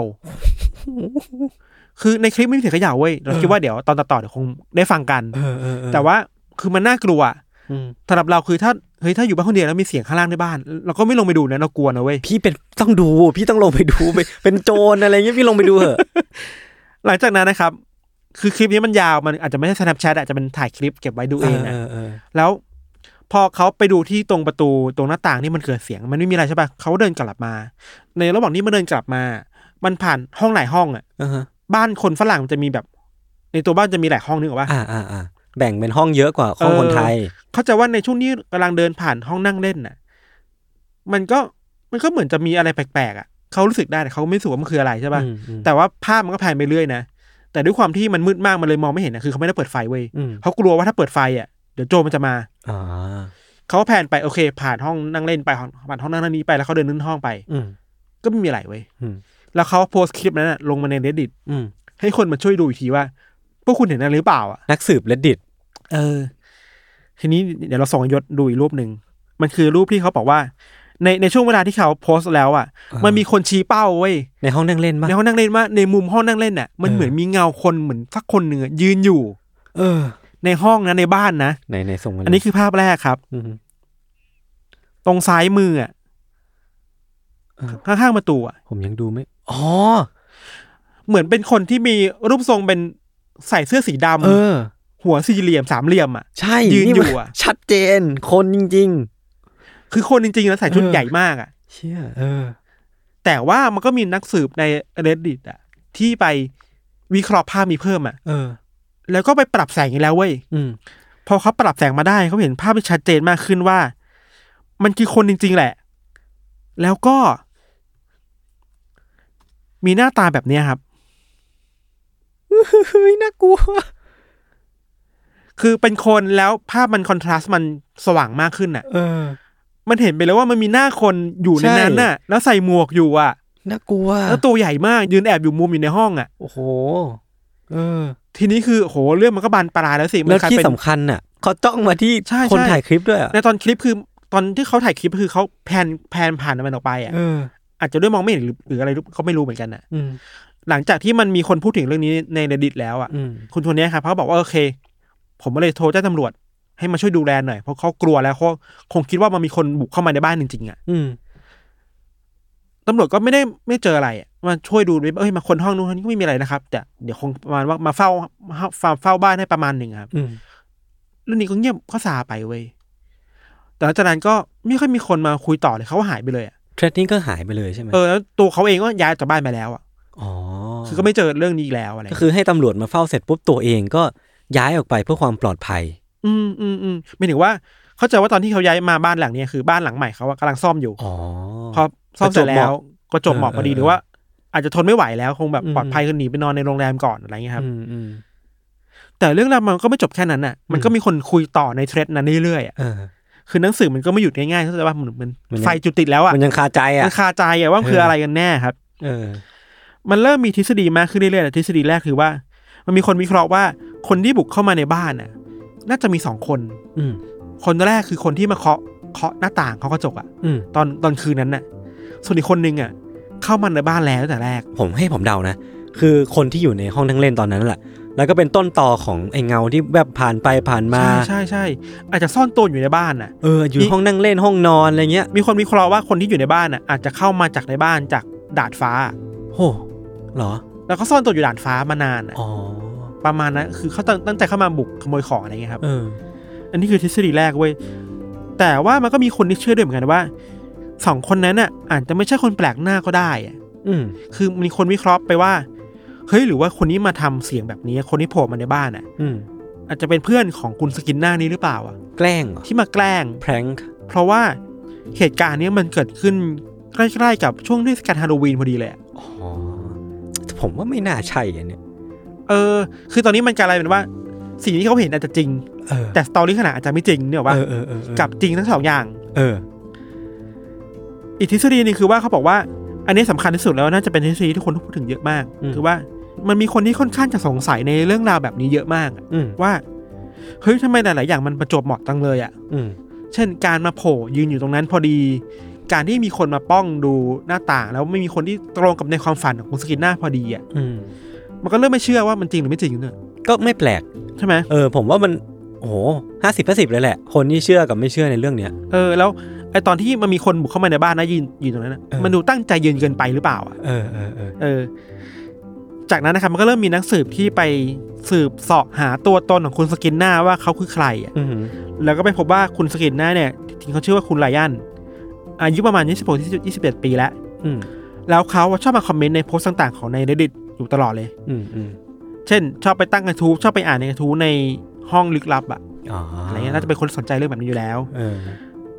[SPEAKER 3] คือในคลิปไม่มีเสียงเขย่าเว้ย เราคิดว่าเดี๋ยวตอนตัดต่อเดี๋ยวคงได้ฟังกัน
[SPEAKER 2] เออเออเออ
[SPEAKER 3] แต่ว่าคือมันน่ากลัว
[SPEAKER 2] อืม
[SPEAKER 3] สำหรับเราคือถ้าเฮ้ยถ้าอยู่บ้านคนเดียวแล้วมีเสียงข้างล่างในบ้าน เราก็ไม่ลงไปดูนะเรากลัวนะเว้ย
[SPEAKER 2] พี่เป็นต้องดู พี่ต้องลงไปดูไปเป็นโจรอะไรเงี้ยพี่ลงไปดู <laughs> เหอะ
[SPEAKER 3] หลังจากนั้นนะครับ คือคลิปนี้มันยาวมันอาจจะไม่ใช่ Snapchat อาจจะเป็นถ่ายคลิปเก็บไว้ดูเองนะ แล้วพอเขาไปดูที่ตรงประตูตรงหน้าต่างนี่มันเกิดเสียง มันไม่มีอะไรใช่ปะเขาเดินกลับมา ในระหว่างนี้มันเดินกลับมา มันผ่านห้องหลายห้องอ่ะ
[SPEAKER 2] อ่าฮะ
[SPEAKER 3] บ้านคนฝรั่งมันจะมีแบบ ในตัวบ้านจะมีหลายห้องนึกออกปะ
[SPEAKER 2] อ่าอ่าอ่าแบ่งเป็นห้องเยอะกว่าห้อง
[SPEAKER 3] เออ
[SPEAKER 2] คนไทย
[SPEAKER 3] เขาใจะว่าในช่วงนี้กำลังเดินผ่านห้องนั่งเล่นน่ะ มันก็มันก็เหมือนจะมีอะไรแปลกๆอ่ะเขารู้สึกได้แต่เขาไม่รู้สึกว่ามันคืออะไรใช่ปะ
[SPEAKER 2] อืมอืม
[SPEAKER 3] แต่ว่าภาพมันก็แผ่านไปเรื่อยนะแต่ด้วยความที่มันมืดมากมันเลยมองไม่เห็นนะคือเขาไม่ได้เปิดไฟเว้ย
[SPEAKER 2] อืม
[SPEAKER 3] เขากลัวว่าถ้าเปิดไฟอ่ะเดี๋ยวโจรมันจะมา
[SPEAKER 2] อ่า
[SPEAKER 3] เขาก็แผนไปโอเค ผ่านห้องนั่งเล่นไปห้องผ่านห้องนั่งเล่นนี้ไปแล้วเขาเดินขึ้นห้องไป
[SPEAKER 2] อืม
[SPEAKER 3] ก็ไม่มีอะไรเว้ย
[SPEAKER 2] อืม
[SPEAKER 3] แล้วเขาโพสต์คลิปนั้นนะลงมาใน reddit
[SPEAKER 2] อืม
[SPEAKER 3] ให้คนมาช่วยดูอีกทีว่า พวกคุณเห็นอะไรหรือเปล่าอ่ะ
[SPEAKER 2] นักสืบ reddit
[SPEAKER 3] เออ ทีนี้เดี๋ยวเราส่งให้ยศดูอีกรูปหนึ่งมันคือรูปที่เขาบอกว่า ในในช่วงเวลาที่เขาโพสต์แล้วอ่ะ
[SPEAKER 2] อ่ามั
[SPEAKER 3] มันมีคนชี้เป้าเว้ย
[SPEAKER 2] ในห้องนั่งเล่นมั้ย
[SPEAKER 3] ในห้องนั่งเล่นว่าในมุมห้องนั่งเล่นน่ะ มัน
[SPEAKER 2] เออ
[SPEAKER 3] เหมือนมีเงาคนเหมือนสักคนหนึ่งอะยืนอยู่
[SPEAKER 2] เออ
[SPEAKER 3] ในห้องนะในบ้านนะ
[SPEAKER 2] ไหนไหนส่งมา
[SPEAKER 3] อันนี้คือภาพแรกครับ
[SPEAKER 2] ม
[SPEAKER 3] ตรงซ้ายมืออ่ะ
[SPEAKER 2] เออ
[SPEAKER 3] ข้างๆประตูอ่ะ
[SPEAKER 2] ผมยังดูไม่อ๋อ
[SPEAKER 3] เหมือนเป็นคนที่มีรูปทรงเป็นใส่เสื้อสีดำ
[SPEAKER 2] เออ
[SPEAKER 3] หัวสี่เหลี่ยมสามเหลี่ยมอ่ะ
[SPEAKER 2] ใช่
[SPEAKER 3] ยืนอยู่
[SPEAKER 2] มั
[SPEAKER 3] อะ
[SPEAKER 2] ชัดเจน คนจริง
[SPEAKER 3] คือคนจริงๆแล้วใส่ชุด
[SPEAKER 2] เออ
[SPEAKER 3] ใหญ่มากอ่ะ
[SPEAKER 2] ๆ เชี่ยเออ
[SPEAKER 3] แต่ว่ามันก็มีนักสืบใน reddit อ่ะ ที่ไปวิเคราะห์ภาพมีเพิ่มอ่ะ
[SPEAKER 2] เออ
[SPEAKER 3] แล้วก็ไปปรับแสงอีกแล้วเว้ย
[SPEAKER 2] อืม
[SPEAKER 3] พอเขาปรับแสงมาได้เขาเห็นภาพที่ชัดเจนมากขึ้นว่า มันคือคนจริง ๆ แหละ แล้วก็ มีหน้าตาแบบเนี้ยครับ
[SPEAKER 2] เฮ้ยน่ากลัว
[SPEAKER 3] คือเป็นคนแล้วภาพมันคอนทราสต์มันสว่างมากขึ้นอ่ะ
[SPEAKER 2] เออ
[SPEAKER 3] มันเห็นไปแล้วว่ามันมีหน้าคนอยู่ใน
[SPEAKER 2] ใช่
[SPEAKER 3] นั้นน่ะ แล้วใส่หมวกอยู่อ่ะ
[SPEAKER 2] น่ากลัว
[SPEAKER 3] แล้วตัวใหญ่มากยืนแอบอยู่มุมอยู่ในห้องอ่ะ
[SPEAKER 2] โอ้โห เออ
[SPEAKER 3] ทีนี้คือโหเรื่องมันก็บานปลายแล้วสิมั
[SPEAKER 2] แล้ว
[SPEAKER 3] กาย
[SPEAKER 2] ที่
[SPEAKER 3] เป็น
[SPEAKER 2] สำคัญน่ะเขาจ้องมาที่
[SPEAKER 3] ใช่ใช่
[SPEAKER 2] คนถ่ายคลิปด้วยอะ
[SPEAKER 3] ในตอนคลิปคือตอนที่เขาถ่ายคลิปคือเขาแพนแพนผ่านมันออกไปอ่ะ
[SPEAKER 2] เออ
[SPEAKER 3] อาจจะด้วยมองไม่เห็นหรือหรืออะไรรู้เขาไม่รู้เหมือนกันน่ะ
[SPEAKER 2] อืม
[SPEAKER 3] หลังจากที่มันมีคนพูดถึงเรื่องนี้ใน reddit แล้วอ่ะ
[SPEAKER 2] อืม
[SPEAKER 3] คุณคนเนี้ยครับเขาบอกว่าโอเค ผมก็เลยโทรแจ้งตำรวจ ให้มาช่วยดูแลหน่อยเพราะเขากลัวแล้วเขาคงคิดว่ามันมีคนบุกเข้ามาในบ้านจริงๆอ่ะ
[SPEAKER 2] อืม
[SPEAKER 3] ตำรวจก็ไม่ได้ไม่เจออะไรอะมาช่วยดูด้วยเอ้ยมาคนห้องนู้นห้องนี้ก็ไม่มีอะไรนะครับ แต่เดี๋ยวคงประมาณว่ามาเฝ้าฟาร์มเฝ้าบ้านให้ประมาณหนึ่งครับ
[SPEAKER 2] อืม
[SPEAKER 3] เรื่องนี้ก็เงียบก็ซาไปเว้ยแต่หลังจากนั้นก็ไม่ค่อยมีคนมาคุยต่อเลยเขาก็หายไปเลยอะ
[SPEAKER 2] เทรดดิ้งก็หายไปเลยใช่ไหม
[SPEAKER 3] เออแล้วตัวเขาเองก็ย้ายจากบ้านไปแล้วอ่ะ
[SPEAKER 2] อ๋อ
[SPEAKER 3] คือก็ไม่เจอเรื่องนี้อีกแล้วอะไร
[SPEAKER 2] ก็คือให้ตำรวจมาเฝ้าเสร็จปุ๊บตัวเองก็ย้ายออกไปเพื่อความปลอดภัย
[SPEAKER 3] อืมอืมอืมไม่ถึงว่าเข้าใจว่าตอนที่เขาย้ายมาบ้านหลังเนี้ยคือบ้านหลังใหม่เขาอะกำลังซ่อมอยู่
[SPEAKER 2] อ๋อ
[SPEAKER 3] พอซ่อมเสร็จแล้วก็จบ
[SPEAKER 2] เออ
[SPEAKER 3] เหมาะพอดี
[SPEAKER 2] เออ
[SPEAKER 3] หรือว่า อาจจะทนไม่ไหวแล้วคงแบบ
[SPEAKER 2] อืม
[SPEAKER 3] ปลอดภัยคือหนีไปนอนในโรงแรมก่อนอะไรเงี้ยครับ
[SPEAKER 2] อืมอืม
[SPEAKER 3] แต่เรื่องราวมันก็ไม่จบแค่นั้นน่ะ มันก็
[SPEAKER 2] อืม
[SPEAKER 3] มีคนคุยต่อในเทรดนั้นเรื่อยๆอ่ะ
[SPEAKER 2] เออ
[SPEAKER 3] คือหนังสือมันก็ไม่หยุดง่ายๆเข้าใจว่าเหมือนมัน
[SPEAKER 2] มันยัง
[SPEAKER 3] ไฟจุดติดแล้วอ่ะ
[SPEAKER 2] มันยังคาใจ
[SPEAKER 3] มั
[SPEAKER 2] อ่ะ
[SPEAKER 3] นคาใจอ่ะว่ามัน
[SPEAKER 2] เออ
[SPEAKER 3] คืออะไรกันแน่ครับ
[SPEAKER 2] เออ
[SPEAKER 3] มันเริ่มมีทฤษฎีมากขึ้นเรื่อยๆแต่ทฤษฎีแรกคือว่า มันมีคนวิเคราะห์ว่าคนที่บุกเข้ามาในบ้านน่ะ น่าจะมีสองคน
[SPEAKER 2] อืม
[SPEAKER 3] คนแรกคือคนที่มาเคาะเคาะหน้าต่างเคาะกระจกอ่ะ
[SPEAKER 2] อืม
[SPEAKER 3] ตอนตอนคืนนั้นน่ะ ส่วนอีกคนนึงอ่ะ เข้ามาในบ้านแล้วตั้งแต่แรก
[SPEAKER 2] ผมให้ผมเดานะ คือคนที่อยู่ในห้องนั่งเล่นตอนนั้นแหละ แล้วก็เป็นต้นต่อของไอ้เงาที่แบบผ่านไปผ่านมา
[SPEAKER 3] ใช่ใช่ใช่อาจจะซ่อนตัวอยู่ในบ้านน่ะ
[SPEAKER 2] เออ อยู่ห้องนั่งเล่นห้องนอนอะไรเงี้ย
[SPEAKER 3] มีคนวิเคราะห์ว่าคนที่อยู่ในบ้านน่ะ อาจจะเข้ามาจากในบ้านจากดาดฟ้า
[SPEAKER 2] โหเหรอ
[SPEAKER 3] แล้วก็ซ่อนตัวอยู่ด่านฟ้ามานานอะ
[SPEAKER 2] อ๋อ
[SPEAKER 3] ประมาณนั้นคือเขาตั้งตั้งใจเข้ามาบุกขโมยของอะไรเงี้ยครับ
[SPEAKER 2] เออ
[SPEAKER 3] อันนี้คือทฤษฎีแรกเว้ย แต่ว่ามันก็มีคนที่เชื่อด้วยเหมือนกันว่าสองคนนั้นน่ะอาจจะไม่ใช่คนแปลกหน้าก็ได้อะ
[SPEAKER 2] อืม
[SPEAKER 3] คือมีคนวิเคราะห์ไปว่า เฮ้ยหรือว่าคนนี้มาทำเสียงแบบนี้คนที่โผล่มาในบ้านน่ะ
[SPEAKER 2] อืม
[SPEAKER 3] อาจจะเป็นเพื่อนของคุณสกินหน้านี้หรือเปล่าอ่ะ
[SPEAKER 2] แกล้งเหรอ
[SPEAKER 3] ที่มาแกล้ง
[SPEAKER 2] แพร้ง
[SPEAKER 3] เพราะว่า เหตุการณ์เนี้ยมันเกิดขึ้นใกล้ๆกับช่วงเทศกาลฮาโลวีนพอดีเลยอะ
[SPEAKER 2] อ๋อผมว่าไม่น่าใช่อันเนี้ย
[SPEAKER 3] เออ คือตอนนี้มันกลายเป็นว่า สิ่งที่เขาเห็นอาจจะจริง
[SPEAKER 2] เออ
[SPEAKER 3] แต่สตอรี่ขนาดอาจจะไม่จริงเนี่ยหรอว่า
[SPEAKER 2] เออเออเออเออ
[SPEAKER 3] กับจริงทั้งสองอย่าง
[SPEAKER 2] เออ
[SPEAKER 3] อีกทฤษฎีหนึงคือว่าเขาบอกว่า อันนี้สำคัญที่สุดแล้วน่าจะเป็นทฤษฎีที่คนพูดถึงเยอะมาก
[SPEAKER 2] อืม
[SPEAKER 3] คือว่ามันมีคนที่ค่อนข้างจะสงสัยในเรื่องราวแบบนี้เยอะมากอะ
[SPEAKER 2] อืม
[SPEAKER 3] ว่าเฮ้ยทำไมหลาย ๆ อย่างมันประจวบเหมาะจังเลยอะ
[SPEAKER 2] อืม
[SPEAKER 3] เช่นการมาโผล่ยืนอยู่ตรงนั้นพอดี การที่มีคนมาป้องดูหน้าต่าง แล้วไม่มีคนที่ตรงกับในความฝันของคุณสกินหน้าพอดีอ่ะ
[SPEAKER 2] อืม
[SPEAKER 3] มันก็เริ่มไม่เชื่อว่ามันจริงหรือไม่จริงเนอะ
[SPEAKER 2] ก็ไม่แปลก
[SPEAKER 3] ใช่ไหม
[SPEAKER 2] เออ ผมว่ามัน โอ้โหห้าสิบห้าสิบเลยแหละ คนที่เชื่อกับไม่เชื่อในเรื่องเนี้ย
[SPEAKER 3] เออแล้วไอตอนที่มันมีคนบุกเข้ามาในบ้านนะยืนยืนตรงนั้นนะ
[SPEAKER 2] เออ
[SPEAKER 3] มันดูตั้งใจยืนเกินไปหรือเปล่าอ่ะ
[SPEAKER 2] เออเออเออ
[SPEAKER 3] เออ จากนั้นนะครับมันก็เริ่มมีนักสืบที่ไปสืบเสอบหาตัวตนของคุณสกินหน้าว่าเขาคือใครอ่ะ
[SPEAKER 2] อืม
[SPEAKER 3] แล้วก็ไปพบว่าคุณสกินหน้าเนี่ยจริงๆเขาชื่อว่าคุณไลอันอายุประมาณ26 21ปีแล้ว
[SPEAKER 2] อืม
[SPEAKER 3] แล้วเขาอะชอบมาคอมเมนต์ในโพสต์ต่าง ๆ ของใน reddit อยู่ตลอดเลย
[SPEAKER 2] อืมอืม
[SPEAKER 3] เช่น ชอบไปตั้งกระทู้ชอบไปอ่านในกระทู้ในห้องลึกลับอะ
[SPEAKER 2] อ๋ออะ
[SPEAKER 3] อะไรเงี้ยน่าจะเป็นคนสนใจเรื่องแบบนี้อยู่แล้ว
[SPEAKER 2] เออ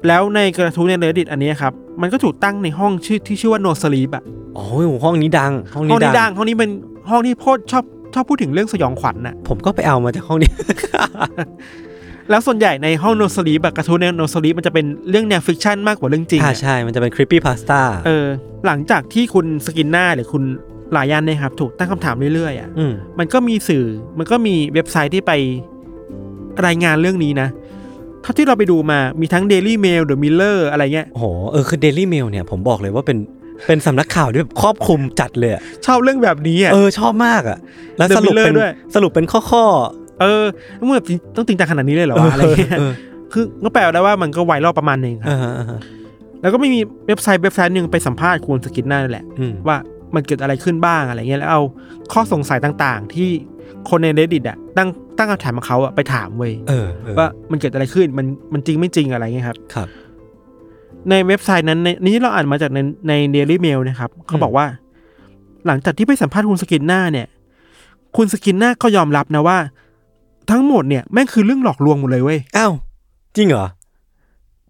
[SPEAKER 3] แล้วในกระทู้ใน reddit อันเนี้ยครับ มันก็ถูกตั้งในห้องชื่อที่ชื่อว่า no sleep อะ
[SPEAKER 2] โอ้โหห้องนี้ดัง ห้อง
[SPEAKER 3] ห้อ
[SPEAKER 2] นี้
[SPEAKER 3] งนี้
[SPEAKER 2] ดั
[SPEAKER 3] ดั
[SPEAKER 2] ง
[SPEAKER 3] งห้องนี้เป็นห้องที่โพดชอบชอบพูดถึงเรื่องสยองขวัญน่ะ
[SPEAKER 2] ผมก็ไปเอามาจากห้องนี้
[SPEAKER 3] แล้วส่วนใหญ่ในห้อง no sleep อะกระทู้ใน no sleep มันจะเป็นเรื่องแนวฟิกชันมากกว่าเรื่องจริง
[SPEAKER 2] อ่า
[SPEAKER 3] อะ
[SPEAKER 2] ใช่ มันจะเป็นคริปปี้พาสต้า
[SPEAKER 3] เออหลังจากที่คุณสกินหน้าหรือคุณลายันเนี่ยครับถูกตั้งคำถามเรื่อยๆอะ
[SPEAKER 2] อืม
[SPEAKER 3] มันก็มีสื่อ มันก็มีเว็บไซต์ที่ไปรายงานเรื่องนี้นะ เท่าที่เราไปดูมา มีทั้ง Daily Mail The Miller อะไรเงี้ย
[SPEAKER 2] โอ้โห เออ คือเดลี่เมลเนี่ย ผมบอกเลยว่าเป็น เป็นสำนักข่าวที่แบบครอบคลุมจัดเลย
[SPEAKER 3] <laughs>
[SPEAKER 2] อะ
[SPEAKER 3] ชอบเรื่องแบบนี้อ่ะ
[SPEAKER 2] เออ ชอบมากอ่ะ แล้ว
[SPEAKER 3] The
[SPEAKER 2] สรุปเป็น
[SPEAKER 3] Miller ด้วย
[SPEAKER 2] สรุปเป็นข้อข้อ
[SPEAKER 3] เออมันแบบจริงต้องจริงจังขนาดนี้เลยเหรอวะอะไรเงี้ย
[SPEAKER 2] เออ
[SPEAKER 3] คือก็แปลได้ว่ามันก็ไวรัลประมาณหนึ่งค
[SPEAKER 2] เอ
[SPEAKER 3] รั
[SPEAKER 2] อ
[SPEAKER 3] บ
[SPEAKER 2] เออเออ
[SPEAKER 3] แล้วก็ไม่มีเว็บไซต์เว็บไซต์หนึ่งไปสัมภาษณ์คุณสกินหน้านั่นแหละ
[SPEAKER 2] อืม
[SPEAKER 3] ว่ามันเกิดอะไรขึ้นบ้างอะไรเงี้ย แล้วเอาข้อสงสัยต่างๆ ที่คนใน reddit อ่ะตั้งตั้งคำถามมาเขาอ่ะไปถามเว้ย
[SPEAKER 2] เออเออ
[SPEAKER 3] ว่ามันเกิดอะไรขึ้น มันมันจริงไม่จริงอะไรเงี้ยครับ
[SPEAKER 2] ครับ
[SPEAKER 3] ในเว็บไซต์นั้นในนี่เราอ่านมาจากในในเดลี่เมลนะครับเขา
[SPEAKER 2] อืม
[SPEAKER 3] บอกว่า หลังจากที่ไปสัมภาษณ์คุณสกินหน้าเนี่ย คุณสกินหน้าก็ยอมรับนะว่า ทั้งหมดเนี่ยแม่งคือเรื่องหลอกลวงหมดเลยเว้ย
[SPEAKER 2] อ้าว จริงเหรอ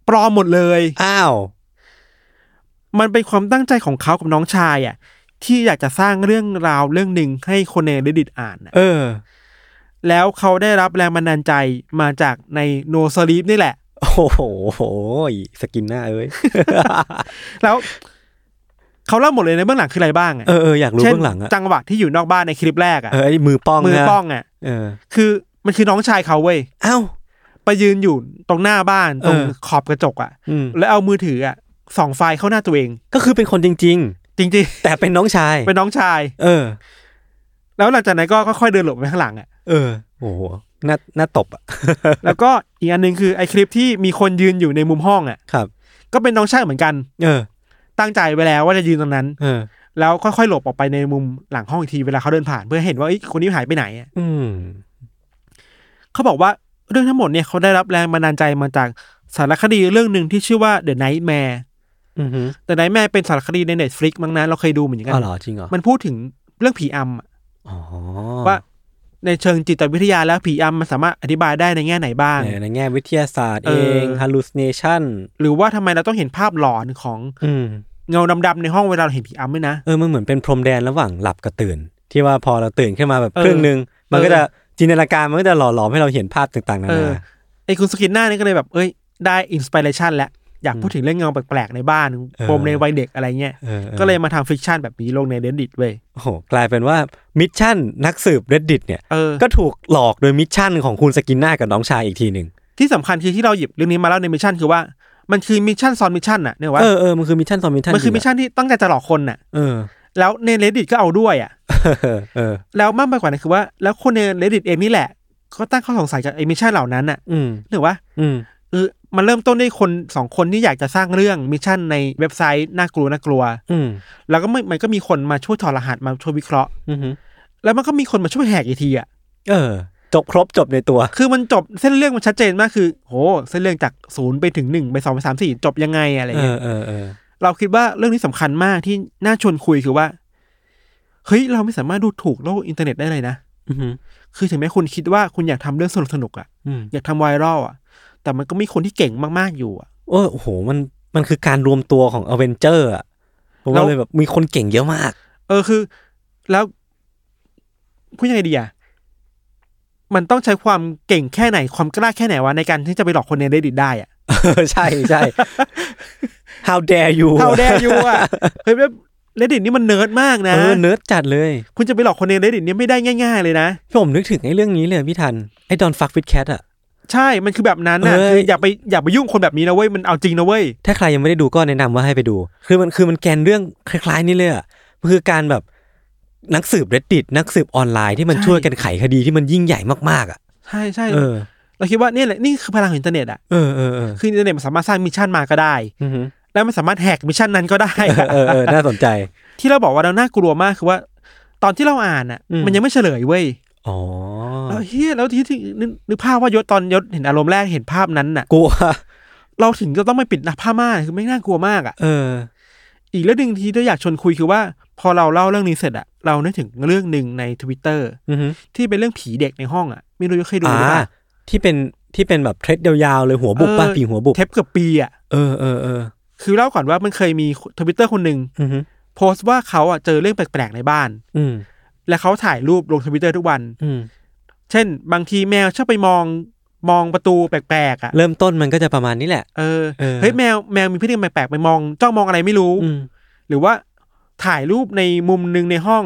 [SPEAKER 3] ปลอมหมดเลย
[SPEAKER 2] อ้าว
[SPEAKER 3] มันเป็นความตั้งใจของเขากับน้องชายอ่ะที่อยากจะสร้างเรื่องราวเรื่องหนึ่งให้คนใน reddit อ่านน่ะ
[SPEAKER 2] เออ
[SPEAKER 3] แล้วเขาได้รับแรงบันดาลใจมาจากในโนสลีปนี่แหละ
[SPEAKER 2] โอ้โหสกินหน้าเอ้ย
[SPEAKER 3] แล้วเขาเล่าหมดเลยในเบื้องหลังคืออะไรบ้างอ่ะ
[SPEAKER 2] เออเอออยากรู้
[SPEAKER 3] ช่น
[SPEAKER 2] เบื้องหลังอะ
[SPEAKER 3] จังหวะที่อยู่นอกบ้านในคลิปแรกอ่ะ
[SPEAKER 2] เออไอ้มือป้อง
[SPEAKER 3] มือ
[SPEAKER 2] นะ
[SPEAKER 3] ป้องอ่ะ
[SPEAKER 2] เออ
[SPEAKER 3] คือมันคือน้องชายเขาเว้ย
[SPEAKER 2] อ้าว
[SPEAKER 3] ไปยืนอยู่ตรงหน้าบ้านตรง
[SPEAKER 2] เออ
[SPEAKER 3] ขอบกระจกอะ่ะ
[SPEAKER 2] อืม
[SPEAKER 3] แล้วเอามือถืออะ่ะส่องไฟเข้าหน้าตัวเอง
[SPEAKER 2] ก็คือเป็นคนจริง
[SPEAKER 3] จริง
[SPEAKER 2] ๆ แต่เป็นน้องชาย
[SPEAKER 3] ๆ เป็นน้องชาย
[SPEAKER 2] เออ
[SPEAKER 3] แล้วหลังจากนั้นก็ค่อยๆเดินหลบไปข้างหลัง
[SPEAKER 2] <laughs>
[SPEAKER 3] อะ่ะ
[SPEAKER 2] เออโอ้โหน่าน่าตบอ่ะ
[SPEAKER 3] แล้วก็อีกอันหนึ่งคือไอ้คลิปที่มีคนยืนอยู่ในมุมห้องอะ่ะ
[SPEAKER 2] ครับ
[SPEAKER 3] ก็เป็นน้องชายเหมือนกัน
[SPEAKER 2] เออ
[SPEAKER 3] ตั้งใจไว้แล้วว่าจะยืนตรงนั้น
[SPEAKER 2] เออ
[SPEAKER 3] แล้วค่อยๆหลบออกไปในมุมหลังห้องอีกทีเวลาเขาเดินผ่านเพื่อให้เห็นว่าเอ้ยคนนี้หายไปไหนอะ
[SPEAKER 2] อืม
[SPEAKER 3] เขาบอกว่าเรื่องทั้งหมดเนี่ยเขาได้รับแรงบันดาลใจมาจากสารคดีเรื่องหนึ่งที่ชื่อว่า The Nightmare
[SPEAKER 2] อือฮึ
[SPEAKER 3] แต่ไนแม่เป็นสารคดีในเน็ตฟลิกมั้งนะ เราเคยดูเหมือนกัน
[SPEAKER 2] อ๋อเหรอจริงเหรอ
[SPEAKER 3] มันพูดถึงเรื่องผีอำอะ
[SPEAKER 2] อ๋อ
[SPEAKER 3] ว่าในเชิงจิตวิทยาแล้วผีอำมันสามารถอธิบายได้ในแง่ไหนบ้าง
[SPEAKER 2] ในในแง่วิทยาศาสตร์
[SPEAKER 3] เอ
[SPEAKER 2] เอ
[SPEAKER 3] อ
[SPEAKER 2] ง hallucination
[SPEAKER 3] หรือว่าทำไมเราต้องเห็นภาพหลอนของ
[SPEAKER 2] อืม
[SPEAKER 3] เงาดำๆในห้องเวลาเราเห็นผีอำด้วยนะ
[SPEAKER 2] เออมันเหมือนเป็นพรมแดนระหว่างหลับกับตื่น ที่ว่าพอเราตื่นขึ้นมาแบบ
[SPEAKER 3] เออ
[SPEAKER 2] ครึ่งหนึ่งมันก็
[SPEAKER 3] เออ
[SPEAKER 2] จะจินตนาการมันก็จะหล่อหลอมให้เราเห็นภาพต่างๆนา
[SPEAKER 3] เออ
[SPEAKER 2] นา
[SPEAKER 3] ไอ้คุณสกินหน้านี่ก็เลยแบบเอ้ยได้อินสปิเรชันแล้วอยากพูดถึงเรื่องเงาแปลกๆในบ้านปมในวัยเด็กอะไรเงี้ย
[SPEAKER 2] เออออ
[SPEAKER 3] ก็เลยมาทำฟิกชันแบบนี้ลงในเดนดิตเว้ย
[SPEAKER 2] โอ้โหกลายเป็นว่ามิชชั่นนักสืบ reddit เนี่ย
[SPEAKER 3] เออ
[SPEAKER 2] ก็ถูกหลอกโดยมิชชั่นของคุณสกินหน้ากับน้องชายอีกทีหนึ่ง
[SPEAKER 3] ที่สำคัญคือที่เราหยิบเรื่องนี้มาเล่าในมิชชั่นคือว่ามันคือมิชชั่นซ้อนมิชชั่นน่ะเนี่ยว่า
[SPEAKER 2] เออเออมันคือมิชชั่นซ้อนมิชชั่น
[SPEAKER 3] มันคือ
[SPEAKER 2] จริงะ
[SPEAKER 3] มิชชั่นที่ตั้งใจจะหลอกคนน่ะ
[SPEAKER 2] เออ
[SPEAKER 3] แล้วใน reddit ก็เอาด้วยอ่ะ
[SPEAKER 2] เออเออ
[SPEAKER 3] แล้วมากไปกว่านั้นคือว่า แล้วคนใน reddit เองนี่แหละ ก็ตั้งข้อสงสัยกับไอ้มิชชั่นเหล่านั้นน่ะ
[SPEAKER 2] อืม
[SPEAKER 3] หรือว่า
[SPEAKER 2] อืม
[SPEAKER 3] เออมันเริ่มต้นด้วยคนสองคนที่อยากจะสร้างเรื่องมิชชั่นในเว็บไซต์น่ากลัวน่ากลัว
[SPEAKER 2] อืม
[SPEAKER 3] แล้วก็มันมันก็มีคนมาช่วยถอดรหัสมาช่วยวิเคราะห์
[SPEAKER 2] อืม
[SPEAKER 3] แล้วมันก็มีคนมาช่วยแหกอีกทีอ่ะ
[SPEAKER 2] เออ จบครบจบในตัว
[SPEAKER 3] คือมันจบเส้นเรื่องมันชัดเจนมากคือโหเส้นเรื่องจากศูนย์ไปถึงหนึ่งไปสองไปสามสี่จบยังไงอะไร
[SPEAKER 2] เอ
[SPEAKER 3] เงี้
[SPEAKER 2] อย เออเออ
[SPEAKER 3] เราคิดว่าเรื่องนี้สำคัญมากที่น่าชวนคุยคือว่าเฮ้ยเราไม่สามารถดูถูกโลกอินเทอร์เน็ตได้เลยนะ
[SPEAKER 2] อืม
[SPEAKER 3] คือถึงแม้คุณคิดว่าคุณอยากทำเรื่องสนุกๆอ่ะ
[SPEAKER 2] อืม
[SPEAKER 3] อยากทำไวรัลอ่ะ แต่มันก็มีคนที่เก่งมาก ๆ อยู่อ่ะ
[SPEAKER 2] โอ้โหมัน มันคือการรวมตัวของอเวนเจอร์อะผ
[SPEAKER 3] แล้ว
[SPEAKER 2] ม่าว เลยแบบมีคนเก่งเยอะมาก <laughs>
[SPEAKER 3] เออคือ แล้วพูดยังไงดีอะมันต้องใช้ความเก่งแค่ไหนความกล้าแค่ไหนวะในการที่จะไปหลอกคนในเดดิตได้อะ
[SPEAKER 2] ใช่ใช่ how dare you
[SPEAKER 3] เท่าแดง
[SPEAKER 2] <laughs>
[SPEAKER 3] อยู่อ่ะ เฮ้ยแบบเลดิตนี่มันเนิร์ดมากนะ
[SPEAKER 2] เออเนิร์ดจัดเลย
[SPEAKER 3] คุณจะไปหลอกคนในเลดิตนี่ยไม่ได้ง่ายๆเลยนะ
[SPEAKER 2] ผมนึกถึงไอ้เรื่องนี้เลยพี่ทัน ไอ้ดอนฟักฟิตแคทอะ
[SPEAKER 3] ใช่มันคือแบบนั้นนะ
[SPEAKER 2] เอ้ย
[SPEAKER 3] คืออย่าไปอย่าไปยุ่งคนแบบนี้นะเว้ย มันเอาจริงนะเว้ย
[SPEAKER 2] ถ้าใครยังไม่ได้ดูก็แนะนำว่าให้ไปดู คือมันคือมันแกนเรื่องคล้าย ๆ นี่เลยอะมันคือการแบบนักสืบ reddit นักสืบออนไลน์ที่มัน
[SPEAKER 3] ใช่
[SPEAKER 2] ช่วยกันไขคดีที่มันยิ่งใหญ่มากๆอะ
[SPEAKER 3] ใช่ใช่
[SPEAKER 2] เออ
[SPEAKER 3] เราคิดว่าเนี่ยแหละนี่คือพลังของอินเทอร์เน็ตอ่ะ
[SPEAKER 2] เออเออเออ
[SPEAKER 3] คืออินเทอร์เน็ตมันสามารถสร้างมิชชั่นมาก็ได้
[SPEAKER 2] อือหือ
[SPEAKER 3] แล้วมันสามารถแหกมิชชั่นนั้นก็ได้
[SPEAKER 2] <laughs> เออ
[SPEAKER 3] อะ
[SPEAKER 2] เออเออน่าสนใจ
[SPEAKER 3] <laughs> ที่เราบอกว่าเราน่ากลัวมากคือว่า ตอนที่เราอ่านอ่ะ
[SPEAKER 2] อืม
[SPEAKER 3] มันยังไม่เฉลยเว้ย
[SPEAKER 2] อ๋อ
[SPEAKER 3] แล้วเฮียแล้วที่ที่นึกนึกภาพว่ายศตอนยศเห็นอารมณ์แรกเห็นภาพนั้นน่ะ
[SPEAKER 2] กลัว
[SPEAKER 3] เราถึงจะต้องไม่ปิดหน้าผ้าม่านคือไม่น่ากลัวมากอ่ะ
[SPEAKER 2] <laughs> เออ
[SPEAKER 3] อีกเรื่องหนึ่งที่เราอยากชวนคุยคือว่า พอเราเล่าเรื่องนี้เสร็จอะเรานึกถึงเรื่องหนึ่งในทวิตเตอร์
[SPEAKER 2] อือหือ
[SPEAKER 3] ที่เป็นเรื่องผีเด็กในห้องอะไม่รู้เคยดูหรือเป
[SPEAKER 2] อ่า
[SPEAKER 3] ล่า
[SPEAKER 2] ที่เป็นที่เป็นแบบเทรดยาวๆเลยหัวบุบป่ะ
[SPEAKER 3] เออ
[SPEAKER 2] ผีหัวบุบ
[SPEAKER 3] เทปเกือบปีอะ
[SPEAKER 2] เออเออเออ
[SPEAKER 3] คือเล่าก่อนว่ามันเคยมีทวิตเตอร์คนหนึ่ง
[SPEAKER 2] อือหือ
[SPEAKER 3] โพสต์ว่าเขาอะเจอเรื่องแปลกๆในบ้าน
[SPEAKER 2] อืม
[SPEAKER 3] และเขาถ่ายรูปลงทวิตเตอร์ทุกวัน
[SPEAKER 2] อืม
[SPEAKER 3] เช่น บางทีแมวชอบไปมองมองประตูแปลกๆอะ
[SPEAKER 2] เริ่มต้นมันก็จะประมาณนี้แหละ
[SPEAKER 3] เออ
[SPEAKER 2] เออ
[SPEAKER 3] เฮ้ยแมวแมวมีพฤติกรรมแปลกๆไปมองจ้องมองอะไรไม่รู้
[SPEAKER 2] อืม
[SPEAKER 3] หรือว่าถ่ายรูปในมุมหนึ่งในห้อง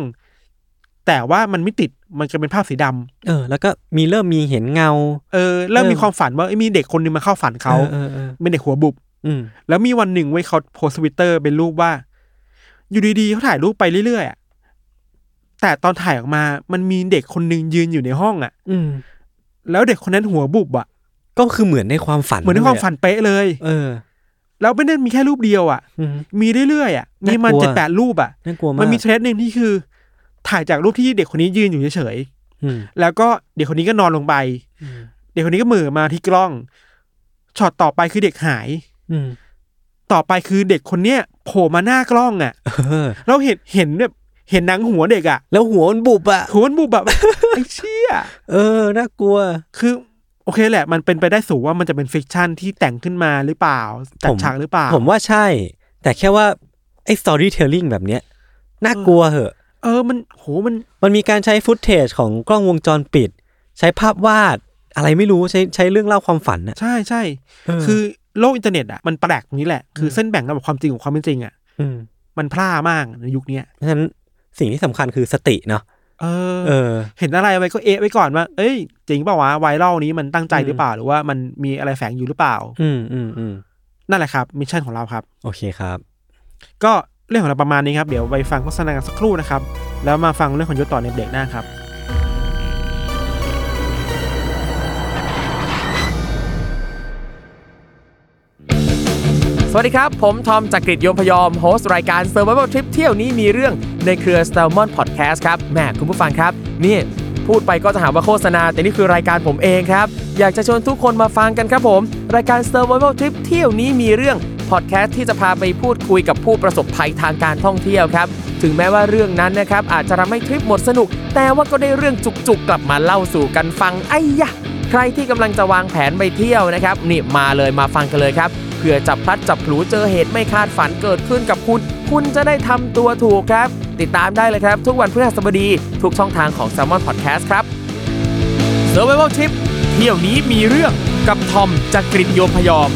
[SPEAKER 3] แต่ว่ามันไม่ติดมันจะเป็นภาพสีดำ
[SPEAKER 2] เออ แล้วก็มีเริ่มมีเห็นเงา
[SPEAKER 3] เออเริ่ม
[SPEAKER 2] เริ่ม
[SPEAKER 3] มีความฝันว่าเอ้ยมีเด็กคนหนึงมาเข้าฝันเขา
[SPEAKER 2] เออเออเออ
[SPEAKER 3] เป็นเด็กหัวบุบ
[SPEAKER 2] อืม
[SPEAKER 3] แล้วมีวันหนึ่งไว้ยเขาโพสต์ทวิตเตอร์เป็นรูปว่า อยู่ดีๆเขาถ่ายรูปไปเรื่อยๆอะแต่ตอนถ่ายออกมามันมีเด็กคนหนึงยืนอยู่ในห้องอ่ะ
[SPEAKER 2] อืม
[SPEAKER 3] แล้วเด็กคนนั้นหัวบุบอ่ะ
[SPEAKER 2] ก็คือเหมือนในความฝัน
[SPEAKER 3] เหมือนในความฝันเป๊ะเลย
[SPEAKER 2] เออ
[SPEAKER 3] แล้วไม่ได้มีแค่รูปเดียวอ่ะ
[SPEAKER 2] อืม
[SPEAKER 3] มีเรื่อยๆอ่ะมีมัน
[SPEAKER 2] น่ากลัว
[SPEAKER 3] เจ็ดแปดรูปอ่ะ
[SPEAKER 2] น่ากลัวมาก
[SPEAKER 3] มันมีเทรนหนึ่งที่คือ ถ่ายจากรูปที่เด็กคนนี้ยืนอยู่เฉย
[SPEAKER 2] อืม
[SPEAKER 3] ๆแล้วก็เด็กคนนี้ก็นอนลงไป
[SPEAKER 2] อืม
[SPEAKER 3] เด็กคนนี้ก็เหมือมาที่กล้องช็อตต่อไปคือเด็กหาย
[SPEAKER 2] อืม
[SPEAKER 3] ต่อไปคือเด็กคนเนี้ยโผล่มาหน้ากล้องอะ่ะ
[SPEAKER 2] เออ
[SPEAKER 3] เราเห็นเห็นแบบเห็นหนังหัวเด็กอะ่ะ
[SPEAKER 2] แล้วหัวมันบุบอ่ะ
[SPEAKER 3] หัวมันบุบแบบ
[SPEAKER 2] <laughs>
[SPEAKER 3] ไอ้เชี่ย
[SPEAKER 2] เออน่ากลัว
[SPEAKER 3] คือโอเคแหละ มันเป็นไปได้สูงว่ามันจะเป็นฟิกชันที่แต่งขึ้นมาหรือเปล่าจัด
[SPEAKER 2] ผม
[SPEAKER 3] ฉากหรือเปล่า
[SPEAKER 2] ผมว่าใช่ แต่แค่ว่าไอ้สตอรี่เทลลิ่งแบบเนี้ยน่ากลัวเหอะ
[SPEAKER 3] เออมันโหมัน
[SPEAKER 2] มันมีการใช้ฟุตเทจของกล้องวงจรปิด ใช้ภาพวาด อะไรไม่รู้ใช้ใช้เรื่องเล่าความฝันน่ะ
[SPEAKER 3] ใช่ใช่
[SPEAKER 2] คื
[SPEAKER 3] คือ อโลกอินเทอร์เน็ตอ่ะมันแปลกตรงนี้แหละคือ
[SPEAKER 2] ม
[SPEAKER 3] เส้นแบ่งระหว่างความจริงกับความไม่จริงอ่ะ
[SPEAKER 2] อืม
[SPEAKER 3] มันพลามากในยุคเนี้ย
[SPEAKER 2] เพราะฉะนั้นสิ่งที่สำคัญคือสติเนาะ
[SPEAKER 3] เออ
[SPEAKER 2] เออ
[SPEAKER 3] เห็นอะไรไว้ก็เอะไว้ก่อนว่าเอ้ยจริงเปล่าวะไวรัลนี้มันตั้งใจหรือเปล่าหรือว่ามันมีอะไรแฝงอยู่หรือเปล่า
[SPEAKER 2] อืมอืมอืม
[SPEAKER 3] นั่นแหละครับมิชชั่นของเราครับ
[SPEAKER 2] โอเคครับ
[SPEAKER 3] ก็เรื่องของเราประมาณนี้ครับ เดี๋ยวไปฟังโฆษณากันสักครู่นะครับ แล้วมาฟังเรื่องของยศต่อในเบรกหน้าครับ
[SPEAKER 4] สวัสดีครับ ผมทอมจากกรีฑยมพยอม โฮสต์รายการ Survival Trip เที่ยวนี้มีเรื่องในเครือ s t a l m o n Podcast ครับแหมคุณผู้ฟังครับ นี่ พูดไปก็จะหาว่าโฆษณา แต่นี่คือรายการผมเองครับ อยากจะชวนทุกคนมาฟังกันครับผม รายการ Survival Trip เที่ยวนี้มีเรื่องพอดแคสต์ที่จะพาไปพูดคุยกับผู้ประสบภัยทางการท่องเที่ยวครับ ถึงแม้ว่าเรื่องนั้นนะครับอาจจะทำให้ทริปหมดสนุก แต่ว่าก็ได้เรื่องจุกๆกลับมาเล่าสู่กันฟังไอ้ยะ ใครที่กำลังจะวางแผนไปเที่ยวนะครับนี่มาเลยมาฟังกันเลยครับเพื่อจับพลัดจับผลูเจอเหตุไม่คาดฝันเกิดขึ้นกับคุณ คุณจะได้ทำตัวถูกครับ ติดตามได้เลยครับ ทุกวันพฤหัสบดี ทุกช่องทางของ s ซ l m o n Podcast ครับ s u r v i v a l Trip เที่ยวนี้มีเรื่องกับทอมจากกรินโยมพยอม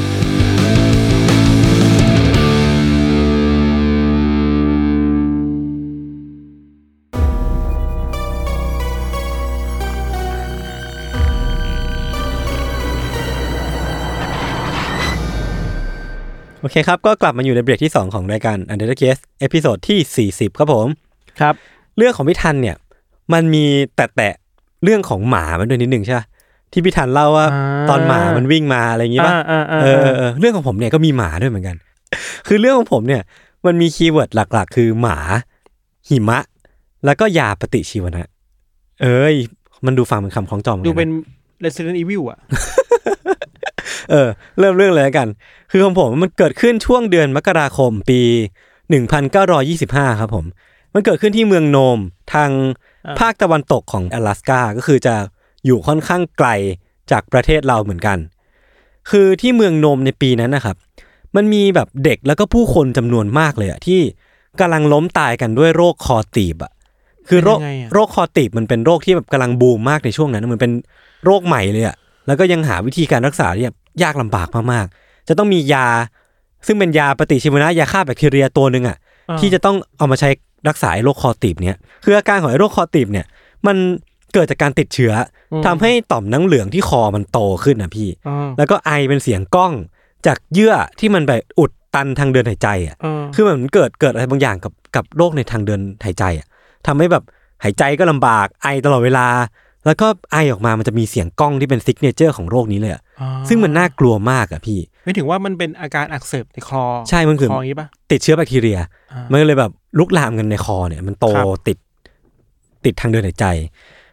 [SPEAKER 2] โอเคครับ ก็กลับมาอยู่ในเบรกที่ 2 ของรายการ u n d e r t a s e เอพิโซดที่ 40 ครับผม
[SPEAKER 3] ครับ
[SPEAKER 2] เรื่องของพี่ทันเนี่ย มันมีแตะแตะเรื่องของหมามันด้วยนิดหนึ่งใช่ปะที่พี่ทันเล่าว่า
[SPEAKER 3] อ่า
[SPEAKER 2] ตอนหมามันวิ่งมาอะไรอย่างงี้ป่ะ
[SPEAKER 3] อ่าอ่า
[SPEAKER 2] เออเออเออเรื่องของผมเนี่ยก็มีหมาด้วยเหมือนกัน <laughs> คือเรื่องของผมเนี่ย มันมีคีย์เวิร์ดหลัก ๆ คือหมา หิมะ แล้วก็ยาปฏิชีวนะ เอ้ย มันดูฟังเป็นคำคล้องจองหมือกั
[SPEAKER 3] ดู
[SPEAKER 2] นะ
[SPEAKER 3] เป็น Resident Evil อ่ะ
[SPEAKER 2] เออเริ่มเรื่องเลยแล้วกัน คือของผมมันเกิดขึ้นช่วงเดือนมกราคมปี 1925 ครับผม มันเกิดขึ้นที่เมืองโนมทาง
[SPEAKER 3] อ่า
[SPEAKER 2] ภาคตะวันตกของ阿拉斯าก็คือจะอยู่ค่อนข้างไกลจากประเทศเราเหมือนกัน คือที่เมืองโนมในปีนั้นนะครับ มันมีแบบเด็กแล้วก็ผู้คนจำนวนมากเลยอะที่กำลังล้มตายกันด้วยโรคคอตีบอะคือโรค
[SPEAKER 3] เป็นยังไงอะ
[SPEAKER 2] โรคคอตีบมันเป็นโรคที่แบบกำลังบูมมากในช่วงนั้นมันเป็นโรคใหม่เลยอะแล้วก็ยังหาวิธีการรักษาที่แบบยากลำบากมากๆ จะต้องมียาซึ่งเป็นยาปฏิชีวนะยาฆ่าแบคทีเรียตัวหนึ่งอะ ที่จะต้องเอามาใช้รักษาไอ้โรคคอตีบเนี่ยคืออาการของไอ้โรคคอตีบเนี่ยมันเกิดจากการติดเชื้ออทำให้ต่อมน้ำเหลืองที่คอมันโตขึ้นนะพี่ แล้วก็ไอเป็นเสียงก้องจากเยื่อที่มันไปอุดตันทางเดินหายใจอ่ะ
[SPEAKER 3] คื
[SPEAKER 2] คือ อมันเหมือนเกิดเกิดอะไรบางอย่างกับกับโรคในทางเดินหายใจอ่ะทำให้แบบหายใจก็ลำบากไอตลอดเวลา แล้วก็ไอออกมามันจะมีเสียงก้องที่เป็นซิกเนเจอร์ของโรคนี้เลยอะซึ่งมันน่ากลัวมากอ่ะพี่
[SPEAKER 3] ไม่ถึงว่ามันเป็นอาการอักเสบในคลอ
[SPEAKER 2] ใช่มันคือ
[SPEAKER 3] คลออย่างนี้ปะ
[SPEAKER 2] ติดเชื้อแบคทีเรีย
[SPEAKER 3] อ่ามั
[SPEAKER 2] มันก็เลยแบบลุกลามกันในคอเนี่ย มันโต
[SPEAKER 3] ครับ
[SPEAKER 2] ติดติดทางเดินหายใจ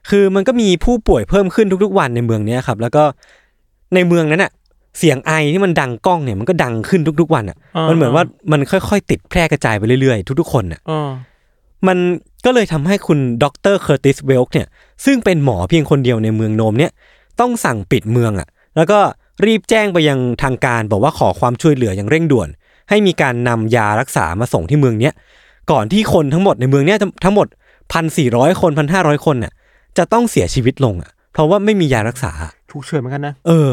[SPEAKER 2] คือมันก็มีผู้ป่วยเพิ่มขึ้นทุกๆวันในเมืองเนี้ยครับ แล้วก็ในเมืองนั้นอะเสียงไอที่มันดังก้องเนี่ยมันก็ดังขึ้นทุกๆวันอะมันเหมือนว่ามันค่อยๆ ติดแพร่กระจายไปเรื่อยๆ ทุกๆคนอะ
[SPEAKER 3] อ่า
[SPEAKER 2] มันก็เลยทำให้คุณดรเคอร์ติสเวลค์เนี่ย ซึ่งเป็นหมอเพียงคนเดียวในเมืองโนมเนี่ย ต้องสั่งปิดเมืองอะแล้วก็รีบแจ้งไปยังทางการบอกว่าขอความช่วยเหลืออย่างเร่งด่วน ให้มีการนำยารักษามาส่งที่เมืองเนี้ยก่อนที่คนทั้งหมดในเมืองเนี้ยจะทั้งหมดพันสี่ร้อยคนพันห้าร้อยคนน่ะจะต้องเสียชีวิตลงอ่ะ เพราะว่าไม่มียารักษา
[SPEAKER 3] ถูกเฉื่อยเหมือนกันนะ
[SPEAKER 2] เออ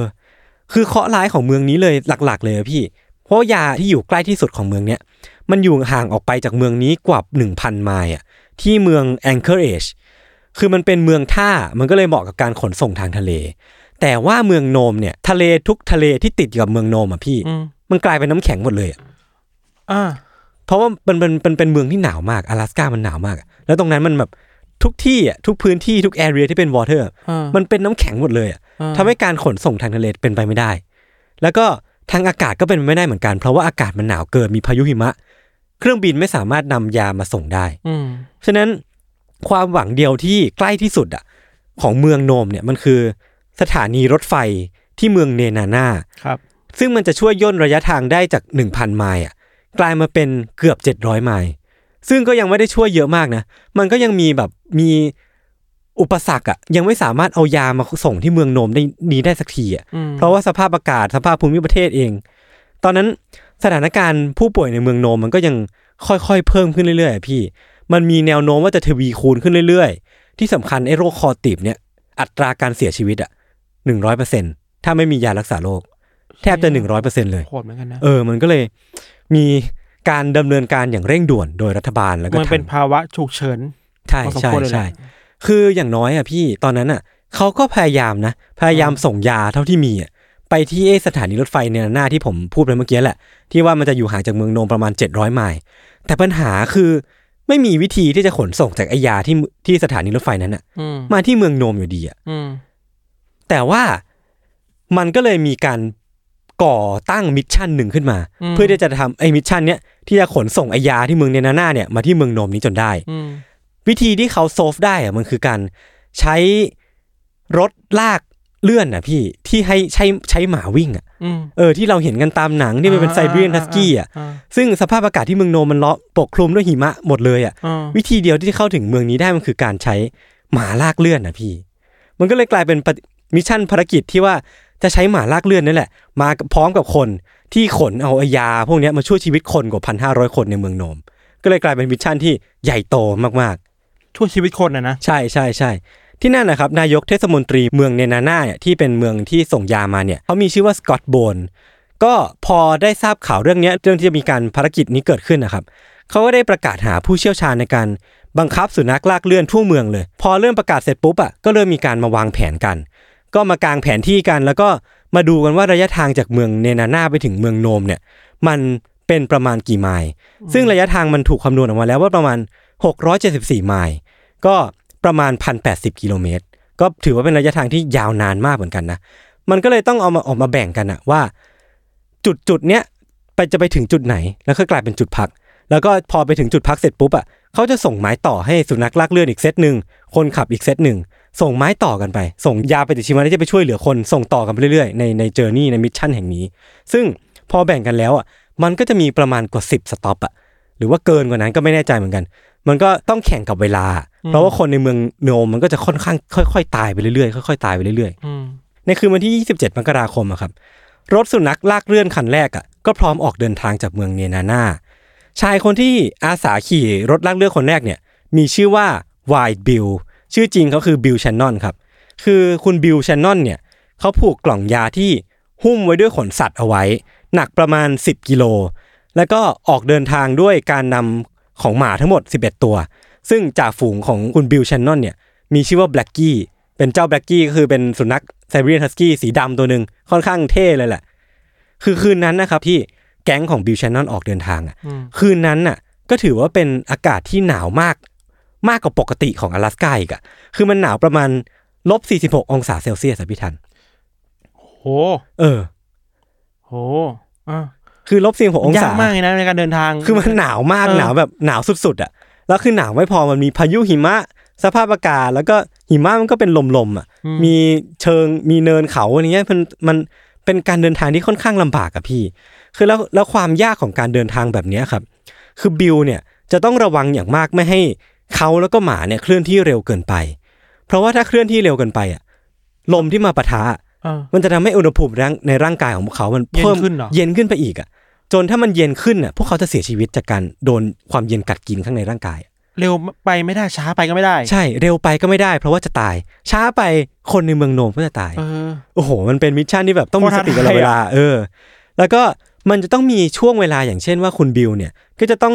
[SPEAKER 2] คือเคราะห์ร้ายของเมืองนี้เลยหลัก ๆ เลยอะพี่ เพราะยาที่อยู่ใกล้ที่สุดของเมืองเนี้ยมันอยู่ห่างออกไปจากเมืองนี้กว่า 1,000 ไมล์อ่ะที่เมือง Anchorage คือมันเป็นเมืองท่ามันก็เลยเหมาะกับการขนส่งทางทะเล แต่ว่าเมืองโนมเนี่ยทะเลทุกทะเลที่ติดอยู่กับเมืองโนมอ่ะพี่
[SPEAKER 3] อืม
[SPEAKER 2] มันกลายเป็นน้ำแข็งหมดเลยอะ
[SPEAKER 3] อ่า
[SPEAKER 2] เพราะว่ามันเป็นเป็นเป็นเมืองที่หนาวมาก阿拉สก้ามันหนาวมากอะแล้วตรงนั้นมันแบบทุกที่อ่ะทุกพื้นที่ทุกแอเรียที่เป็นวอเตอร์
[SPEAKER 3] อ่า
[SPEAKER 2] มันเป็นน้ำแข็งหมดเลยอ่ะ
[SPEAKER 3] อ่า
[SPEAKER 2] ทำให้การขนส่งทางทะเลเป็นไปไม่ได้ แล้วก็ทางอากาศก็เป็นไปไม่ได้เหมือนกัน เพราะว่าอากาศมันหนาวเกินมีพายุหิมะ เครื่องบินไม่สามารถนำยามาส่งได้
[SPEAKER 3] อืม
[SPEAKER 2] ฉะนั้นความหวังเดียวที่ใกล้ที่สุดอ่ะของเมืองโนมเนี่ยมันคือสถานีรถไฟที่เมืองเนนาน่า
[SPEAKER 3] ครับ
[SPEAKER 2] ซึ่งมันจะช่วยย่นระยะทางได้จาก 1,000 ไมล์อ่ะกลายมาเป็นเกือบ 700 ไมล์ซึ่งก็ยังไม่ได้ช่วยเยอะมากนะ มันก็ยังมีแบบมีอุปสรรคอ่ะยังไม่สามารถเอายามาส่งที่เมืองโนมได้นี้ได้สักทีอ่ะ
[SPEAKER 3] อืม
[SPEAKER 2] เพราะว่าสภาพอากาศสภาพภูมิประเทศเอง ตอนนั้นสถานการณ์ผู้ป่วยในเมืองโนมมันก็ยังค่อยๆ เพิ่มขึ้นเรื่อยๆอะพี่ มันมีแนวโน้มว่าจะทวีคูณขึ้นเรื่อยๆ ที่สำคัญไอ้โรคคอตีบเนี่ย อัตราการเสียชีวิตอ่ะหนึ่งร้อยเปอร์เซ็นถ้าไม่มียารักษาโรค แทบจะหนึ่งร้อยเปอร์เซ็นเลย
[SPEAKER 3] โหดเหมือนกันนะ
[SPEAKER 2] เออ มันก็เลยมีการดำเนินการอย่างเร่งด่วนโดยรัฐบาลแล้วก็
[SPEAKER 3] มันเป็น
[SPEAKER 2] ทาง
[SPEAKER 3] ภาวะฉุกเฉิน
[SPEAKER 2] ใช่
[SPEAKER 3] พอสม
[SPEAKER 2] ใช่
[SPEAKER 3] ควรเลยแหละ
[SPEAKER 2] ใช่ คืออย่างน้อยอ่ะพี่ตอนนั้นอ่ะเขาก็พยายามนะ พยายามส่งยาเท่าที่มีอ่ะไปที่ไอ้สถานีรถไฟเนนาน่าที่ผมพูดไปเมื่อกี้แหละ ที่ว่ามันจะอยู่ห่างจากเมืองโนมประมาณ 700 ไมล์แต่ปัญหาคือไม่มีวิธีที่จะขนส่งจากไอ้ยาที่ที่สถานีรถไฟนั้นอ่ะ
[SPEAKER 3] อืม
[SPEAKER 2] มาที่เมืองโนมอยู่ดีอ่ะ
[SPEAKER 3] อืม
[SPEAKER 2] แต่ว่ามันก็เลยมีการก่อตั้งมิชชั่นหนึ่งขึ้นมา เพื่อที่จะทำไอ้มิชชั่นเนี้ยที่จะขนส่งไอยาที่เมืองเนนาน่าเนี่ยมาที่เมืองโนมนี้จนได้
[SPEAKER 3] อืม
[SPEAKER 2] วิธีที่เขาโซฟได้อะมันคือการใช้รถลากเลื่อนอ่ะพี่ที่ให้ใช้ใช้หมาวิ่งอ่ะ
[SPEAKER 3] อืม
[SPEAKER 2] เออที่เราเห็นกันตามหนังที่มันเป็นไซบีเรียนทัสกี้อ่ะ
[SPEAKER 3] า
[SPEAKER 2] ซึ่งสภาพอากาศที่เมืองโนมมันเลาะปกคลุมด้วยหิมะหมดเลยอ่ะ
[SPEAKER 3] อ่า
[SPEAKER 2] วิธีเดียวที่เข้าถึงเมืองนี้ได้มันคือการใช้หมาลากเลื่อนนะพี่ มันก็เลยกลายเป็นปฏิมิชชั่นภารกิจที่ว่าจะใช้หมาลากเลื่อนนั่นแหละ มาพร้อมกับคนที่ขนเอาไอ้ยา พวกเนี้ยมาช่วยชีวิตคนกว่าพันห้าร้อยคนในเมืองโนม ก็เลยกลายเป็นมิชชั่นที่ใหญ่โตมาก
[SPEAKER 3] ช่วยชีวิตคนนะนะ
[SPEAKER 2] ๆ ใช่ใช่ใช่ที่นั่นนะครับนายกเทศมนตรีเมืองเนนาน่าเนี่ยที่เป็นเมืองที่ส่งยามาเนี่ยเขามีชื่อว่าสกอตโบนก็พอได้ทราบข่าวเรื่องเนี้ยเรื่องที่จะมีการภารกิจนี้เกิดขึ้นนะครับ เขาก็ได้ประกาศหาผู้เชี่ยวชาญในการบังคับสุนัขลากเลื่อนทั่วเมืองเลย พอเริ่มประกาศเสร็จปุ๊บอ่ะก็เริ่มมีการมาวางแผนกัน ก็มากางแผนที่กัน แล้วก็มาดูกันว่าระยะทางจากเมืองเนนาน่าไปถึงเมืองโนมเนี่ย มันเป็นประมาณกี่ไมล์ซึ่งระยะทางมันถูกคำนวณออกมาแล้วว่าประมาณ 674 ไมล์ก็ประมาณ 1,080 กิโลเมตร ก็ถือว่าเป็นระยะทางที่ยาวนานมากเหมือนกันนะมันก็เลยต้องเอามาออกมาแบ่งกันอะว่า จุดจุดๆเนี้ยไปจะไปถึงจุดไหน แล้วก็กลายเป็นจุดพัก แล้วก็พอไปถึงจุดพักเสร็จปุ๊บอ่ะเขาจะส่งไม้ต่อให้สุนัขลากเลื่อนอีกเซตหนึ่งคนขับอีกเซตหนึ่งส่งไม้ต่อกันไป ส่งยาปฏิชีวนะที่จะไปช่วยเหลือคนส่งต่อกันไปเรื่อยๆในในเจอร์นี่ในมิชชั่นแห่งนี้ ซึ่งพอแบ่งกันแล้วอ่ะมันก็จะมีประมาณกว่า 10 สต็อปอ่ะหรือว่าเกินกว่านั้นก็ไม่แน่ใจเหมือนกัน มันก็ต้องแข่งกับเวลา เพราะว่าคนในเมืองโนมมันก็จะค่อนข้างค่อยๆตายไปเรื่อยๆค่อยๆตายไปเรื่อยๆ
[SPEAKER 3] อืม
[SPEAKER 2] ในคืนวันที่ 27 มกราคมอะครับ รถสุนัขลากเลื่อนคันแรกอะ ก็พร้อมออกเดินทางจากเมืองเนนาน่าชายคนที่อาสาขี่รถลากเลือดคนแรกเนี่ยมีชื่อว่าไวท์บิลชื่อจริงเขาคือบิลชันนอนครับ คือคุณบิลชันนอนเนี่ยเขาผูกกล่องยาที่หุ้มไว้ด้วยขนสัตว์เอาไว้ หนักประมาณ 10 กิโล แล้วก็ออกเดินทางด้วยการนำของหมาทั้งหมด 11 ตัว ซึ่งจ่าฝูงของคุณบิลชันนอนเนี่ยมีชื่อว่าแบล็กกี้เป็นเจ้าแบล็กกี้ก็คือเป็นสุนัขไซบีเรียนฮัสกี้สีดำตัวหนึ่งค่อนข้างเท่เลยแหละ คือคืนนั้นนะครับที่แก๊งของบิลชันนอนออกเดินทางอ่ะคืนนั้นน่ะก็ถือว่าเป็นอากาศที่หนาวมาก มากกว่าปกติของ阿拉สกาอีกอะคือมันหนาวประมาณลบ46 องศาเซลเซียสอะพี่ทัน
[SPEAKER 3] โห
[SPEAKER 2] เออ
[SPEAKER 3] โหอ่ะ
[SPEAKER 2] คือลบ46อง
[SPEAKER 3] ยา
[SPEAKER 2] ศาก ม
[SPEAKER 3] มากเลยนะในการเดินทาง
[SPEAKER 2] คือมันหนาวมาก
[SPEAKER 3] เออ
[SPEAKER 2] หนาวแบบหนาวสุดๆอะแล้วคือหนาวไม่พอมันมีพายุหิมะ สภาพอากาศแล้วก็หิมะมันก็เป็นลมๆอะมีเชิงมีเนินเขาอะไรเงี้ยมันมันเป็นการเดินทางที่ค่อนข้างลำบากอะพี่ คือแล้วแล้วความยากของการเดินทางแบบเนี้ยครับ คือบิลเนี่ยจะต้องระวังอย่างมากไม่ให้เขาแล้วก็หมาเนี่ยเคลื่อนที่เร็วเกินไป เพราะว่าถ้าเคลื่อนที่เร็วเกินไปอะลมที่มาปะทะ
[SPEAKER 3] เออ
[SPEAKER 2] มันจะทำให้อุณหภูมิร่างในร่างกายของพวกเขา มันเพิ่ม
[SPEAKER 3] เย็นขึ้นเหรอ
[SPEAKER 2] เย็นขึ้นไปอีกอ่ะ จนถ้ามันเย็นขึ้นอ่ะ พวกเขาจะเสียชีวิตจากการโดนความเย็นกัดกินข้างในร่างกาย
[SPEAKER 3] เร็วไปไม่ได้ช้าไปก็ไม่ได้
[SPEAKER 2] ใช่ เร็วไปก็ไม่ได้ เพราะว่าจะตาย ช้าไปคนในเมืองโนมก็จะตาย
[SPEAKER 3] เออ
[SPEAKER 2] โอ้โห มันเป็นมิชชั่นที่แบบต้องมีส
[SPEAKER 3] โคตรท้า
[SPEAKER 2] ติตลอด
[SPEAKER 3] ทายอะ
[SPEAKER 2] เวลา เออ แล้วก็มันจะต้องมีช่วงเวลาอย่างเช่นว่าคุณบิลเนี่ย ก็จะต้อง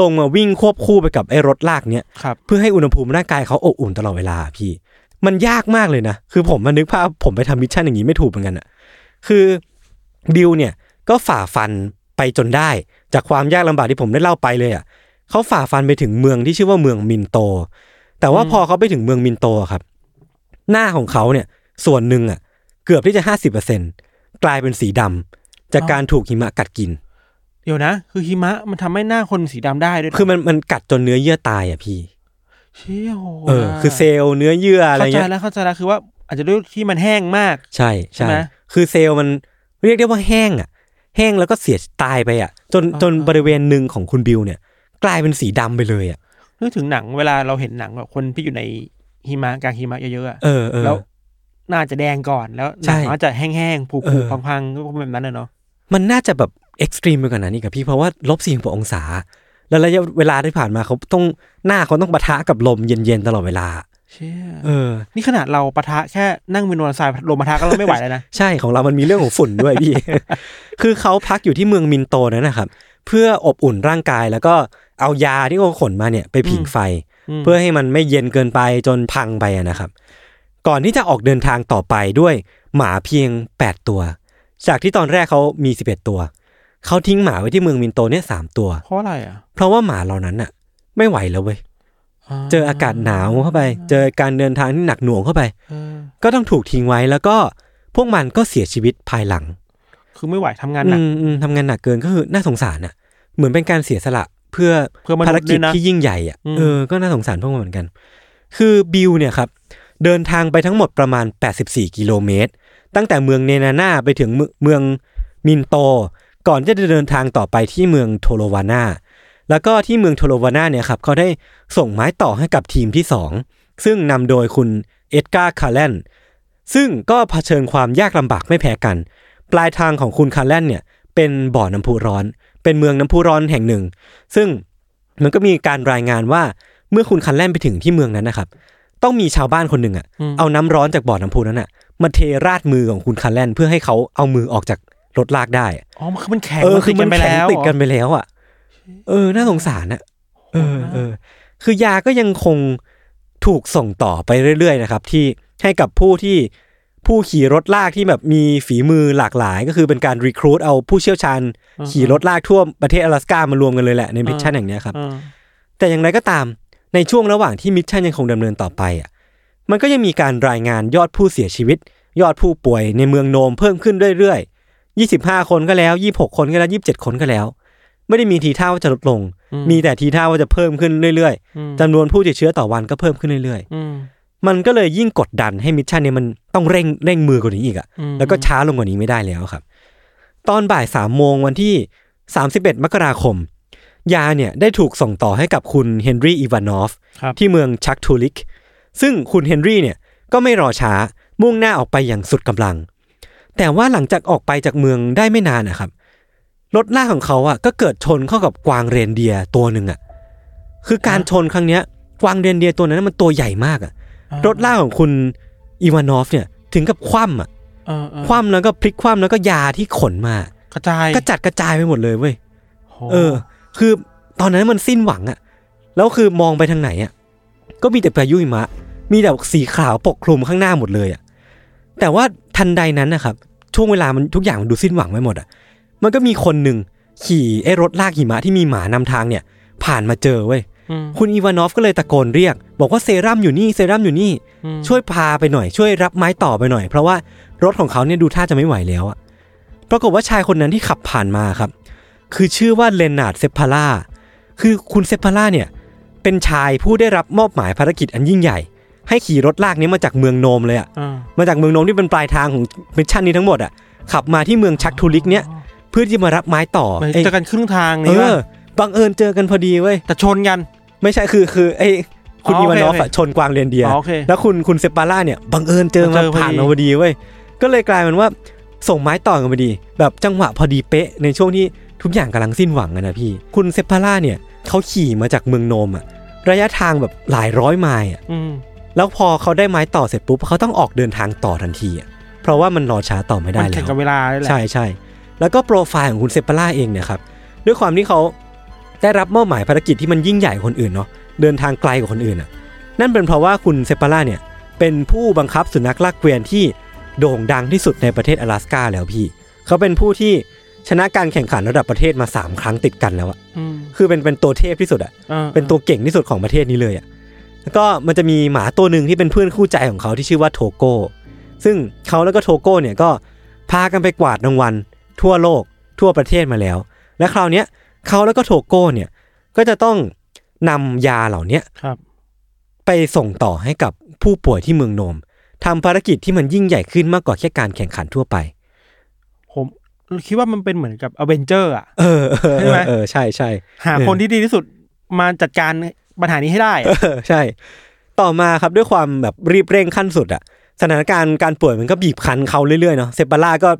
[SPEAKER 2] ลงมาวิ่งควบคู่ไปกับไอ้รถลากเนี่ย
[SPEAKER 3] ครับ
[SPEAKER 2] เพื่อให้อุณหภูมิร่างกายเขาอบอุ่นตลอดเวลาพี่ มันยากมากเลยนะ คือผมมันนึกภาพผมไปทำมิชชั่นอย่างนี้ไม่ถูกเหมือนกันอะคือบิลเนี่ยก็ฝ่าฟันไปจนได้ จากความยากลำบากที่ผมได้เล่าไปเลยอะเขาฝ่าฟันไปถึงเมืองที่ชื่อว่าเมืองมินโต แต่ว่าพอเขาไปถึงเมืองมินโตอะครับ หน้าของเขาเนี่ยส่วนหนึ่งอะเกือบที่จะห้าสิบเปอร์เซ็นกลายเป็นสีดำจากการถูกหิมะกัดกิน
[SPEAKER 3] เดี๋ยวนะ คือหิมะมันทำให้หน้าคนสีดำได้ด้วย
[SPEAKER 2] คือมันมันกัดจนเนื้อเยื่อตายอะพี่
[SPEAKER 3] เชี่ยโห
[SPEAKER 2] เออ คือเซลล์เนื้อเยื่ออะไร
[SPEAKER 3] เข้าใจ
[SPEAKER 2] เงี้ย
[SPEAKER 3] แล้วเข้าใจแล้วคือว่าอาจจะด้วยที่มันแห้งมาก
[SPEAKER 2] ใช่
[SPEAKER 3] ใช่
[SPEAKER 2] ใช่
[SPEAKER 3] ไหม
[SPEAKER 2] คือเซลล์มันเรียกได้ว่าแห้งอ่ะ แห้งแล้วก็เสียตายไปอ่ะ จน
[SPEAKER 3] อ่า
[SPEAKER 2] จนบริเวณหนึ่งของคุณบิวเนี่ย กลายเป็นสีดำไปเลยอ่ะ
[SPEAKER 3] นึกถึงหนังเวลาเราเห็นหนังแบบคนที่อยู่ในหิมะกลางหิมะเยอะๆอะ
[SPEAKER 2] เออเออ
[SPEAKER 3] แล้วหน่าจะแดงก่อนแล้วห
[SPEAKER 2] ใช่
[SPEAKER 3] นังอาจจะแห้งๆผุ
[SPEAKER 2] เออ
[SPEAKER 3] ๆพังๆก็แบบนั้นเลยเนาะ
[SPEAKER 2] มันน่าจะแบบเอ็กซ์ตรีมไปกว่านั้นอีกอะพี่เพราะว่าลบสี่กว่าองศา แล้วระยะเวลาที่ผ่านมาเขาต้องหน้าเขาต้องปะทะกับลมเย็นๆตลอดเวลา
[SPEAKER 3] เชี่ย
[SPEAKER 2] เออ
[SPEAKER 3] นี่ขนาดเราปะทะแค่นั่งบนมอเตอร์ไซค์ลมปะทะก็เราไม่ไหวแล้วนะ
[SPEAKER 2] ใช่ของเรามันมีเรื่องของฝุ่นด้วยพี่ <laughs> คือเขาพักอยู่ที่เมืองมินโตนั้นนะครับ เพื่ออบอุ่นร่างกายแล้วก็เอายาที่เขาขนมาเนี่ยไปผิงไฟ
[SPEAKER 3] อืม
[SPEAKER 2] เพื่อให้มันไม่เย็นเกินไปจนพังไปอะนะครับ ก่อนที่จะออกเดินทางต่อไปด้วยหมาเพียง 8 ตัว จากที่ตอนแรกเขามี 11 ตัว เขาทิ้งหมาไว้ที่เมืองมินโตเนี่ยสามตัว
[SPEAKER 3] <laughs> เพราะอะไรอ่ะ
[SPEAKER 2] เพราะว่าหมาเหล่านั้นอะไม่ไหวแล้วเว้ยเจออากาศหนาวเข้าไป เจอการเดินทางที่หนักหน่วงเข้าไป
[SPEAKER 3] เออ
[SPEAKER 2] ก็ต้องถูกทิ้งไว้แล้วก็พวกมันก็เสียชีวิตภายหลัง
[SPEAKER 3] คือไม่ไหวทำงานหนัก
[SPEAKER 2] อืมอืมทำงานหนักเกินก็คือน่าสงสารน่ะ เหมือนเป็นการเสียสละเพื่อ
[SPEAKER 3] เพื่อมนุษย์
[SPEAKER 2] ภารกิจ
[SPEAKER 3] ด้วยนะ
[SPEAKER 2] ที่ยิ่งใหญ่อ่ะ
[SPEAKER 3] อืม
[SPEAKER 2] เออก็น่าสงสารพวกมันเหมือนกัน คือบิลเนี่ยครับ เดินทางไปทั้งหมดประมาณ 84 กิโลเมตร ตั้งแต่เมืองเนนาน่าไปถึงเมืองเมืองมินโต ก่อนที่จะเดินทางต่อไปที่เมืองโทโลวาน่าแล้วก็ที่เมืองโทโลวาน่าเนี่ยครับเขาได้ส่งไม้ต่อให้กับทีมที่สองซึ่งนำโดยคุณเอ็ดการ์คาร์แลนซึ่งก็เผชิญความยากลำบากไม่แพ้กัน ปลายทางของคุณคาร์แลนเนี่ยเป็นบ่อน้ำพุร้อน เป็นเมืองน้ำพุร้อนแห่งหนึ่ง ซึ่งมันก็มีการรายงานว่าเมื่อคุณคาร์แลนไปถึงที่เมืองนั้นนะครับ ต้องมีชาวบ้านคนหนึ่งอะ
[SPEAKER 3] อืม
[SPEAKER 2] เอาน้ำร้อนจากบ่อน้ำพุนั้นอะมาเทราดมือของคุณคาร์แลนเพื่อให้เขาเอามือออกจากรถลากได้อะ
[SPEAKER 3] อ๋อมันคือมันแข็ง
[SPEAKER 2] เออ
[SPEAKER 3] มัน
[SPEAKER 2] คื
[SPEAKER 3] ติ
[SPEAKER 2] อมั
[SPEAKER 3] ดกัน นไป
[SPEAKER 2] แข็ง
[SPEAKER 3] แล้ว
[SPEAKER 2] ติดกันไปแล้วอะเออ น่าสงสารอะเออเออ คือยาก็ยังคงถูกส่งต่อไปเรื่อยๆนะครับ ที่ให้กับผู้ที่ผู้ขี่รถลากที่แบบมีฝีมือหลากหลาย ก็คือเป็นการรีครู t เอาผู้เชี่ยวชาญ ขี่รถลากทั่วประเทศ阿拉สกามารวมกันเลยแหละในมิชชั่นอย่างเนี้ยครับ
[SPEAKER 3] เออ
[SPEAKER 2] แต่อย่างไรก็ตามในช่วงระหว่างที่มิชชั่นยังคงดำเนินต่อไปอ่ะมันก็ยังมีการรายงานยอดผู้เสียชีวิต ยอดผู้ป่วยในเมืองโนมเพิ่มขึ้นเรื่อยๆ 25 คนก็แล้ว 26 คนก็แล้ว 27 คนก็แล้ว ไม่ได้มีทีท่าว่าจะลดลง มีแต่ทีท่าว่าจะเพิ่มขึ้นเรื่อย
[SPEAKER 3] อืม
[SPEAKER 2] ๆจำนวนผู้ติดเชื้อต่อวันก็เพิ่มขึ้นเรื่อย
[SPEAKER 3] อืม
[SPEAKER 2] ๆ มันก็เลยยิ่งกดดันให้มิชชั่นเนี่ยมันต้องเร่งเร่งมือกว่านี้อีกอ่ะ
[SPEAKER 3] อืม
[SPEAKER 2] แล้วก็ช้าลงกว่านี้ไม่ได้แล้วครับ ตอนบ่ายสามโมงวันที่ 31 มกราคม ยาเนี่ยได้ถูกส่งต่อให้กับคุณเฮนรี่อีวานอฟ
[SPEAKER 3] ครับ
[SPEAKER 2] ที่เมืองชักทูลิก ซึ่งคุณเฮนรี่เนี่ยก็ไม่รอช้ามุ่งหน้าออกไปอย่างสุดกำลัง แต่ว่าหลังจากออกไปจากเมืองได้ไม่นานนะครับ รถลากของเขาอ่ะก็เกิดชนเข้ากับกวางเรนเดียร์ตัวหนึ่งอ่ะคือการชนครั้งเนี้ย กวางเรนเดียร์ตัวนั้นมันตัวใหญ่มากอ่ะ รถลากของคุณอีวานอฟเนี่ยถึงกับคว่ำอ่ะ
[SPEAKER 3] เออเออ
[SPEAKER 2] คว่ำแล้วก็พลิกคว่ำแล้วก็ยาที่ขนมาก
[SPEAKER 3] ระจาย
[SPEAKER 2] กระจัดกระจายไปหมดเลยเว้ย
[SPEAKER 3] โห
[SPEAKER 2] เออ คือตอนนั้นมันสิ้นหวังอะแล้วคือมองไปทางไหนอะก็มีแต่พายุหิมะ มีแต่สีขาวปกคลุมข้างหน้าหมดเลยอะแต่ว่าทันใดนั้นนะครับ ช่วงเวลามันทุกอย่างมันดูสิ้นหวังไปหมดอะมันก็มีคนหนึ่งขี่ไอ้รถลากหิมะที่มีหมานำทางเนี่ย ผ่านมาเจอเว้ย
[SPEAKER 3] อืม
[SPEAKER 2] คุณอีวานอฟก็เลยตะโกนเรียก บอกว่าเซรั่มอยู่นี่ เซรั่มอยู่นี่
[SPEAKER 3] อืม
[SPEAKER 2] ช่วยพาไปหน่อย ช่วยรับไม้ต่อไปหน่อย เพราะว่ารถของเขาเนี่ยดูท่าจะไม่ไหวแล้วอะปรากฏว่าชายคนนั้นที่ขับผ่านมาครับ คือชื่อว่าเลนาร์ดเซปพาร่าคือคุณเซปพาร่าเนี่ย เป็นชายผู้ได้รับมอบหมายภารกิจอันยิ่งใหญ่ ให้ขี่รถลากนี้มาจากเมืองโนมเลยอะ
[SPEAKER 3] อ่า
[SPEAKER 2] มาจากเมืองโนมที่เป็นปลายทางของมิชชั่นนี้ทั้งหมดอะขับมาที่เมืองชักทูลิกเนี่ยเพื่อที่จะมารับไม้ต่อ
[SPEAKER 3] เหมือน
[SPEAKER 2] เอ้ย
[SPEAKER 3] เจอกันครึ่งทาง
[SPEAKER 2] เอ
[SPEAKER 3] นี่ว่า
[SPEAKER 2] อบังเอิญเจอกันพอดีเว้ย
[SPEAKER 3] แต่ชนกัน
[SPEAKER 2] ไม่ใช่คือคือไอ้คุณ
[SPEAKER 3] อ๋อ
[SPEAKER 2] อี
[SPEAKER 3] โอ
[SPEAKER 2] วา
[SPEAKER 3] เคน
[SPEAKER 2] อฟ
[SPEAKER 3] โอเค
[SPEAKER 2] อะชนกวางเรนเดียร์
[SPEAKER 3] อ๋อโอเค
[SPEAKER 2] แล้วคุณคุณเซปาร่าเนี่ยบังเอิญเจอ
[SPEAKER 3] เจ
[SPEAKER 2] มา
[SPEAKER 3] อพอดี
[SPEAKER 2] ผ่านมาพอดีเว้ยก็เลยกลายเป็นว่าส่งไม้ต่อกันพอดี แบบจังหวะพอดีเป๊ะในช่วงที่ทุกอย่างกำลังสิ้นหวังอะนะพี่ คุณเซปาร่าเนี่ยเขาขี่มาจากเมืองโนมอะระยะทางแบบหลายร้อยไมล์อะ
[SPEAKER 3] อืม
[SPEAKER 2] แล้วพอเขาได้ไม้ต่อเสร็จปุ๊บเขาต้องออกเดินทางต่อทันทีอะเพราะว่ามันรอช้าต่อไม่ได้
[SPEAKER 3] มัน
[SPEAKER 2] แล้
[SPEAKER 3] แข่
[SPEAKER 2] ว
[SPEAKER 3] งกับเวลาเลยแหละ
[SPEAKER 2] ใช่ใช่แล้วก็โปรไฟล์ของคุณเซปาร่าเองเนี่ยครับด้วยความที่เขาได้รับมอบหมายภารกิจที่มันยิ่งใหญ่กว่าคนอื่นเนาะเดินทางไกลกว่าคนอื่นอ่ะนั่นเป็นเพราะว่าคุณเซปาร่าเนี่ยเป็นผู้บังคับสุนัขลากเกวียนที่โด่งดังที่สุดในประเทศ阿拉สกาแล้วพี่ เขาเป็นผู้ที่ชนะการแข่งขันระดับประเทศมาสามครั้งติดกันแล้วอะ
[SPEAKER 3] อืม
[SPEAKER 2] คือเป็นเป็นตัวเทพที่สุดอะ
[SPEAKER 3] ออ
[SPEAKER 2] เป็นตัวเก่งที่สุดของประเทศนี้เลยอ่ะ แล้วก็มันจะมีหมาตัวหนึ่งที่เป็นเพื่อนคู่ใจของเขาที่ชื่อว่าโทโก้ ซึ่งเขาแล้วก็โทโก้เนี่ยก็พากันไปกวาดรางวัลทั่วโลกทั่วประเทศมาแล้ว และคราวเนี้ยเขาแล้วก็โทโก้เนี่ยก็จะต้องนำยาเหล่าเนี้ย
[SPEAKER 3] ครับ
[SPEAKER 2] ไปส่งต่อให้กับผู้ป่วยที่เมืองโนมทำภารกิจที่มันยิ่งใหญ่ขึ้นมากกว่าแค่การแข่งขันทั่วไป
[SPEAKER 3] ผมคิดว่ามันเป็นเหมือนกับอเวนเจอร์อ่ะ
[SPEAKER 2] เออเออ
[SPEAKER 3] ใช่
[SPEAKER 2] เอ
[SPEAKER 3] ไหม
[SPEAKER 2] อเออใช่ใช่
[SPEAKER 3] หา
[SPEAKER 2] เออ
[SPEAKER 3] คนที่ดีที่สุดมาจัดการปัญหานี้ให้ได้อะ
[SPEAKER 2] เออใช่ ต่อมาครับด้วยความแบบรีบเร่งขั้นสุดอะสถานการณ์การป่วยมันก็บีบคั้นเขาเรื่อยๆเนาะเซปปาร่าก็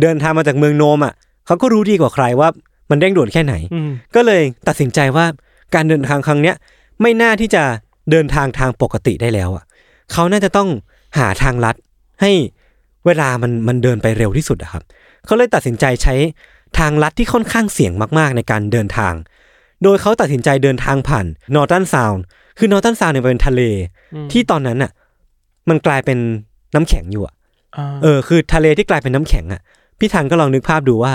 [SPEAKER 2] เดินทางมาจากเมืองโนมอะเขาก็รู้ดีกว่าใครว่ามันเร่งด่วนแค่ไหน
[SPEAKER 3] อืม
[SPEAKER 2] ก็เลยตัดสินใจว่าการเดินทางครั้งเนี้ยไม่น่าที่จะเดินทางทางปกติได้แล้วอะเขาน่าจะต้องหาทางลัดให้เวลามันมันเดินไปเร็วที่สุดอะครับเขาเลยตัดสินใจใช้ทางลัดที่ค่อนข้างเสี่ยงมากๆในการเดินทาง โดยเขาตัดสินใจเดินทางผ่านนอร์ตันซาวน์คือนอร์ตันซาวน์เนี่ยเป็นทะเล ที่ตอนนั้นน่ะ มันกลายเป็นน้ำแข็งอยู่อะ
[SPEAKER 3] อ่า
[SPEAKER 2] เออคือทะเลที่กลายเป็นน้ำแข็งอ่ะ พี่ทันก็ลองนึกภาพดูว่า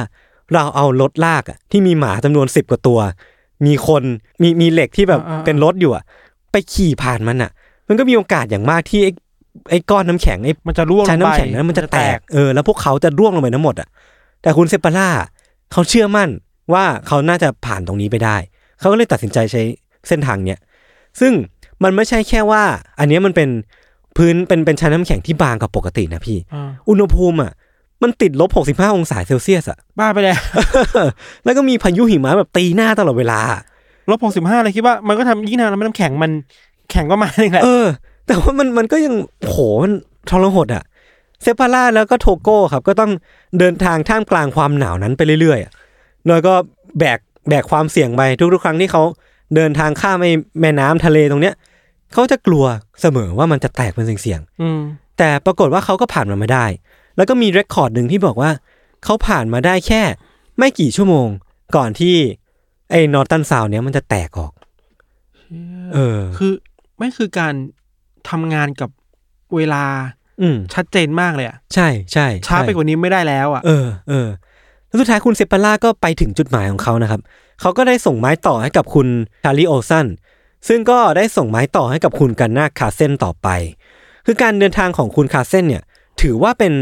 [SPEAKER 2] เราเอารถลากอ่ะที่มีหมาจำนวนสิบกว่าตัว มีคนมีมีเหล็กที่แบบ
[SPEAKER 3] อ่าๆ
[SPEAKER 2] เป็นรถอยู่อ่ะ ไปขี่ผ่านมันอ่ะ มันก็มีโอกาสอย่างมากที่ไอ้ไอ้ก้อนน้ำแข็งไอ้
[SPEAKER 3] มันจะร่วงลงไป
[SPEAKER 2] ชั้นน้ำแข็งนั้นมันจะแตกเออแล้วพวกเขาจะร่วงลงไปทั้งหมดอ่ะแต่คุณเซปาร่าเขาเชื่อมั่นว่าเขาน่าจะผ่านตรงนี้ไปได้ เขาก็เลยตัดสินใจใช้เส้นทางเนี้ย ซึ่งมันไม่ใช่แค่ว่า อันเนี้ยมันเป็นพื้นเป็นเป็นชั้นน้ำแข็งที่บางกว่าปกตินะพี่
[SPEAKER 3] อ่า
[SPEAKER 2] อุณหภูมิอ่ะมันติดลบ 65 องศาเซลเซียสอ่ะ
[SPEAKER 3] บ้าไปแล้ว
[SPEAKER 2] แล้วก็มีพายุหิมะแบบตีหน้าตลอดเวลา
[SPEAKER 3] ลบหกสิบห้าเลยคิดว่ามันก็ทำยิ่งนานแล้วมันน้ำแข็งมันแข็งก็มาหนึ่งแหละ
[SPEAKER 2] เออ แต่ว่ามันมันก็ยังโหมันทรหดอ่ะ เซปาร่าแล้วก็โทโก้ครับ ก็ต้องเดินทางท่ามกลางความหนาวนั้นไปเรื่อยๆอะแล้วก็แบกแบกความเสี่ยงไปทุกๆ ครั้งที่เขาเดินทางข้ามไอ้แม่น้ำทะเลตรงเนี้ยเขาจะกลัวเสมอว่ามันจะแตกเป็นเสี่ยงๆ
[SPEAKER 3] อืม
[SPEAKER 2] แต่ปรากฏว่าเขาก็ผ่านมันมาได้ แล้วก็มีเรคคอร์ดหนึ่งที่บอกว่า เขาผ่านมาได้แค่ ไม่กี่ชั่วโมง ก่อนที่ไอ้นอร์ตันซาวเนี้ยมันจะแตกออก เออ
[SPEAKER 3] คือไม่คือการทำงานกับเวลา
[SPEAKER 2] อืม
[SPEAKER 3] ชัดเจนมากเลยอ่ะ
[SPEAKER 2] ใช่ใช่
[SPEAKER 3] ช้าไปกว่านี้ไม่ได้แล้วอ่ะ
[SPEAKER 2] เออ เออ แล้วสุดท้ายคุณเซปาร่าก็ไปถึงจุดหมายของเขานะครับ เขาก็ได้ส่งไม้ต่อให้กับคุณชาลีโอซัน ซึ่งก็ได้ส่งไม้ต่อให้กับคุณกันนาคาเซนต่อไป คือการเดินทางของคุณคาเซนเนี่ย ถือว่าเป็น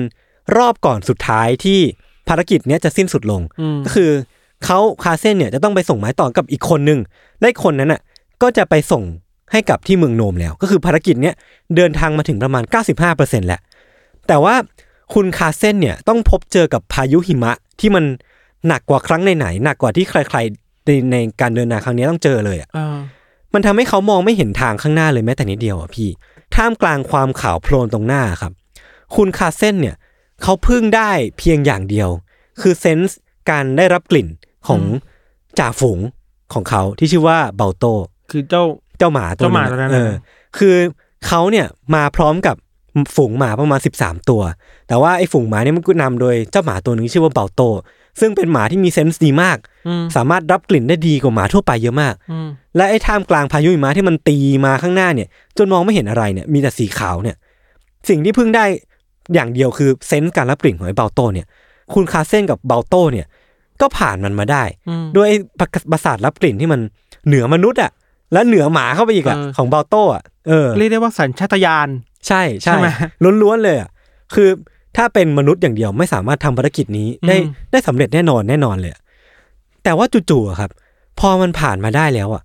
[SPEAKER 2] รอบก่อนสุดท้ายที่ภารกิจเนี้ยจะสิ้นสุดลง
[SPEAKER 3] อืม
[SPEAKER 2] ก็คือเขาคาเซนเนี่ยจะต้องไปส่งไม้ต่อกับอีกคนนึงและอีกคนนั้นอ่ะก็จะไปส่งให้กับที่เมืองโนมแล้ว ก็คือภารกิจเนี้ยเดินทางมาถึงประมาณ 95%แหละ แต่ว่าคุณคาเซนเนี่ยต้องพบเจอกับพายุหิมะที่มันหนักกว่าครั้งไหนๆหนักกว่าที่ใครๆในในการเดินทางครั้งนี้ต้องเจอเลยอะ
[SPEAKER 3] เออ
[SPEAKER 2] มันทำให้เขามองไม่เห็นทางข้างหน้าเลยแม้แต่นิดเดียวอ่ะพี่ ท่ามกลางความขาวโพลนตรงหน้าครับ คุณคาเซนเนี่ย เขาพึ่งได้เพียงอย่างเดียว คือเซนส์ การได้รับกลิ่นของจ่าฝูงของเขาที่ชื่อว่าเบาโต
[SPEAKER 3] คือเจ้า
[SPEAKER 2] เจ้าหมาตัว
[SPEAKER 3] เจ้าหมา
[SPEAKER 2] ะ
[SPEAKER 3] ตัวนั้น
[SPEAKER 2] เออ
[SPEAKER 3] น่ะ
[SPEAKER 2] คือเขาเนี่ยมาพร้อมกับฝูงหมาประมาณ 13 ตัว แต่ว่าไอ้ฝูงหมาเนี่ยมันก็นำโดยเจ้าหมาตัวหนึ่งที่ชื่อว่าเบาโต ซึ่งเป็นหมาที่มีเซนส์ดีมาก สามารถรับกลิ่นได้ดีกว่าหมาทั่วไปเยอะมาก และไอ้ท่ามกลางพายุหิมะที่มันตีมาข้างหน้าเนี่ย จนมองไม่เห็นอะไรเนี่ยมีแต่สีขาวเนี่ย สิ่งที่เพิ่งได้อย่างเดียวคือเซนส์การรับกลิ่นของไอ้เบาโตเนี่ย คุณคาเซนกับเบาโตเนี่ย ก็ผ่านมันมาได้ ด้วยไอ้ประประสาทรับกลิ่นที่มันเหนือมนุษย์อ่ะและเหนือหมาเข้าไปอีกอ่ะ
[SPEAKER 3] เออ
[SPEAKER 2] ของเบาโตอ่ะเออ
[SPEAKER 3] เรียกได้ว่าสัญชาตญาณ
[SPEAKER 2] ใช่
[SPEAKER 3] ใช่
[SPEAKER 2] ใช่
[SPEAKER 3] ไหม
[SPEAKER 2] ล้วนๆเลยอ่ะคือถ้าเป็นมนุษย์อย่างเดียวไม่สามารถทำภารกิจนี้ได้
[SPEAKER 3] อืม
[SPEAKER 2] ได้สำเร็จแน่นอนแน่นอนเลยอะแต่ว่าจู่ๆอะครับ พอมันผ่านมาได้แล้วอ่ะ